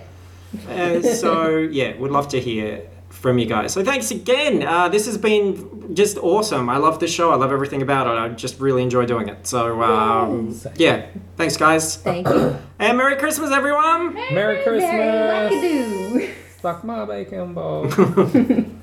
Speaker 1: Uh, so yeah, would love to hear from you guys. So thanks again. Uh, this has been just awesome. I love this show. I love everything about it. I just really enjoy doing it. So um, yeah, thanks guys,
Speaker 4: Thank <coughs> you.
Speaker 1: and Merry Christmas, everyone.
Speaker 3: Merry Christmas!
Speaker 4: Mary Wackadoo.
Speaker 3: Suck my bacon ball.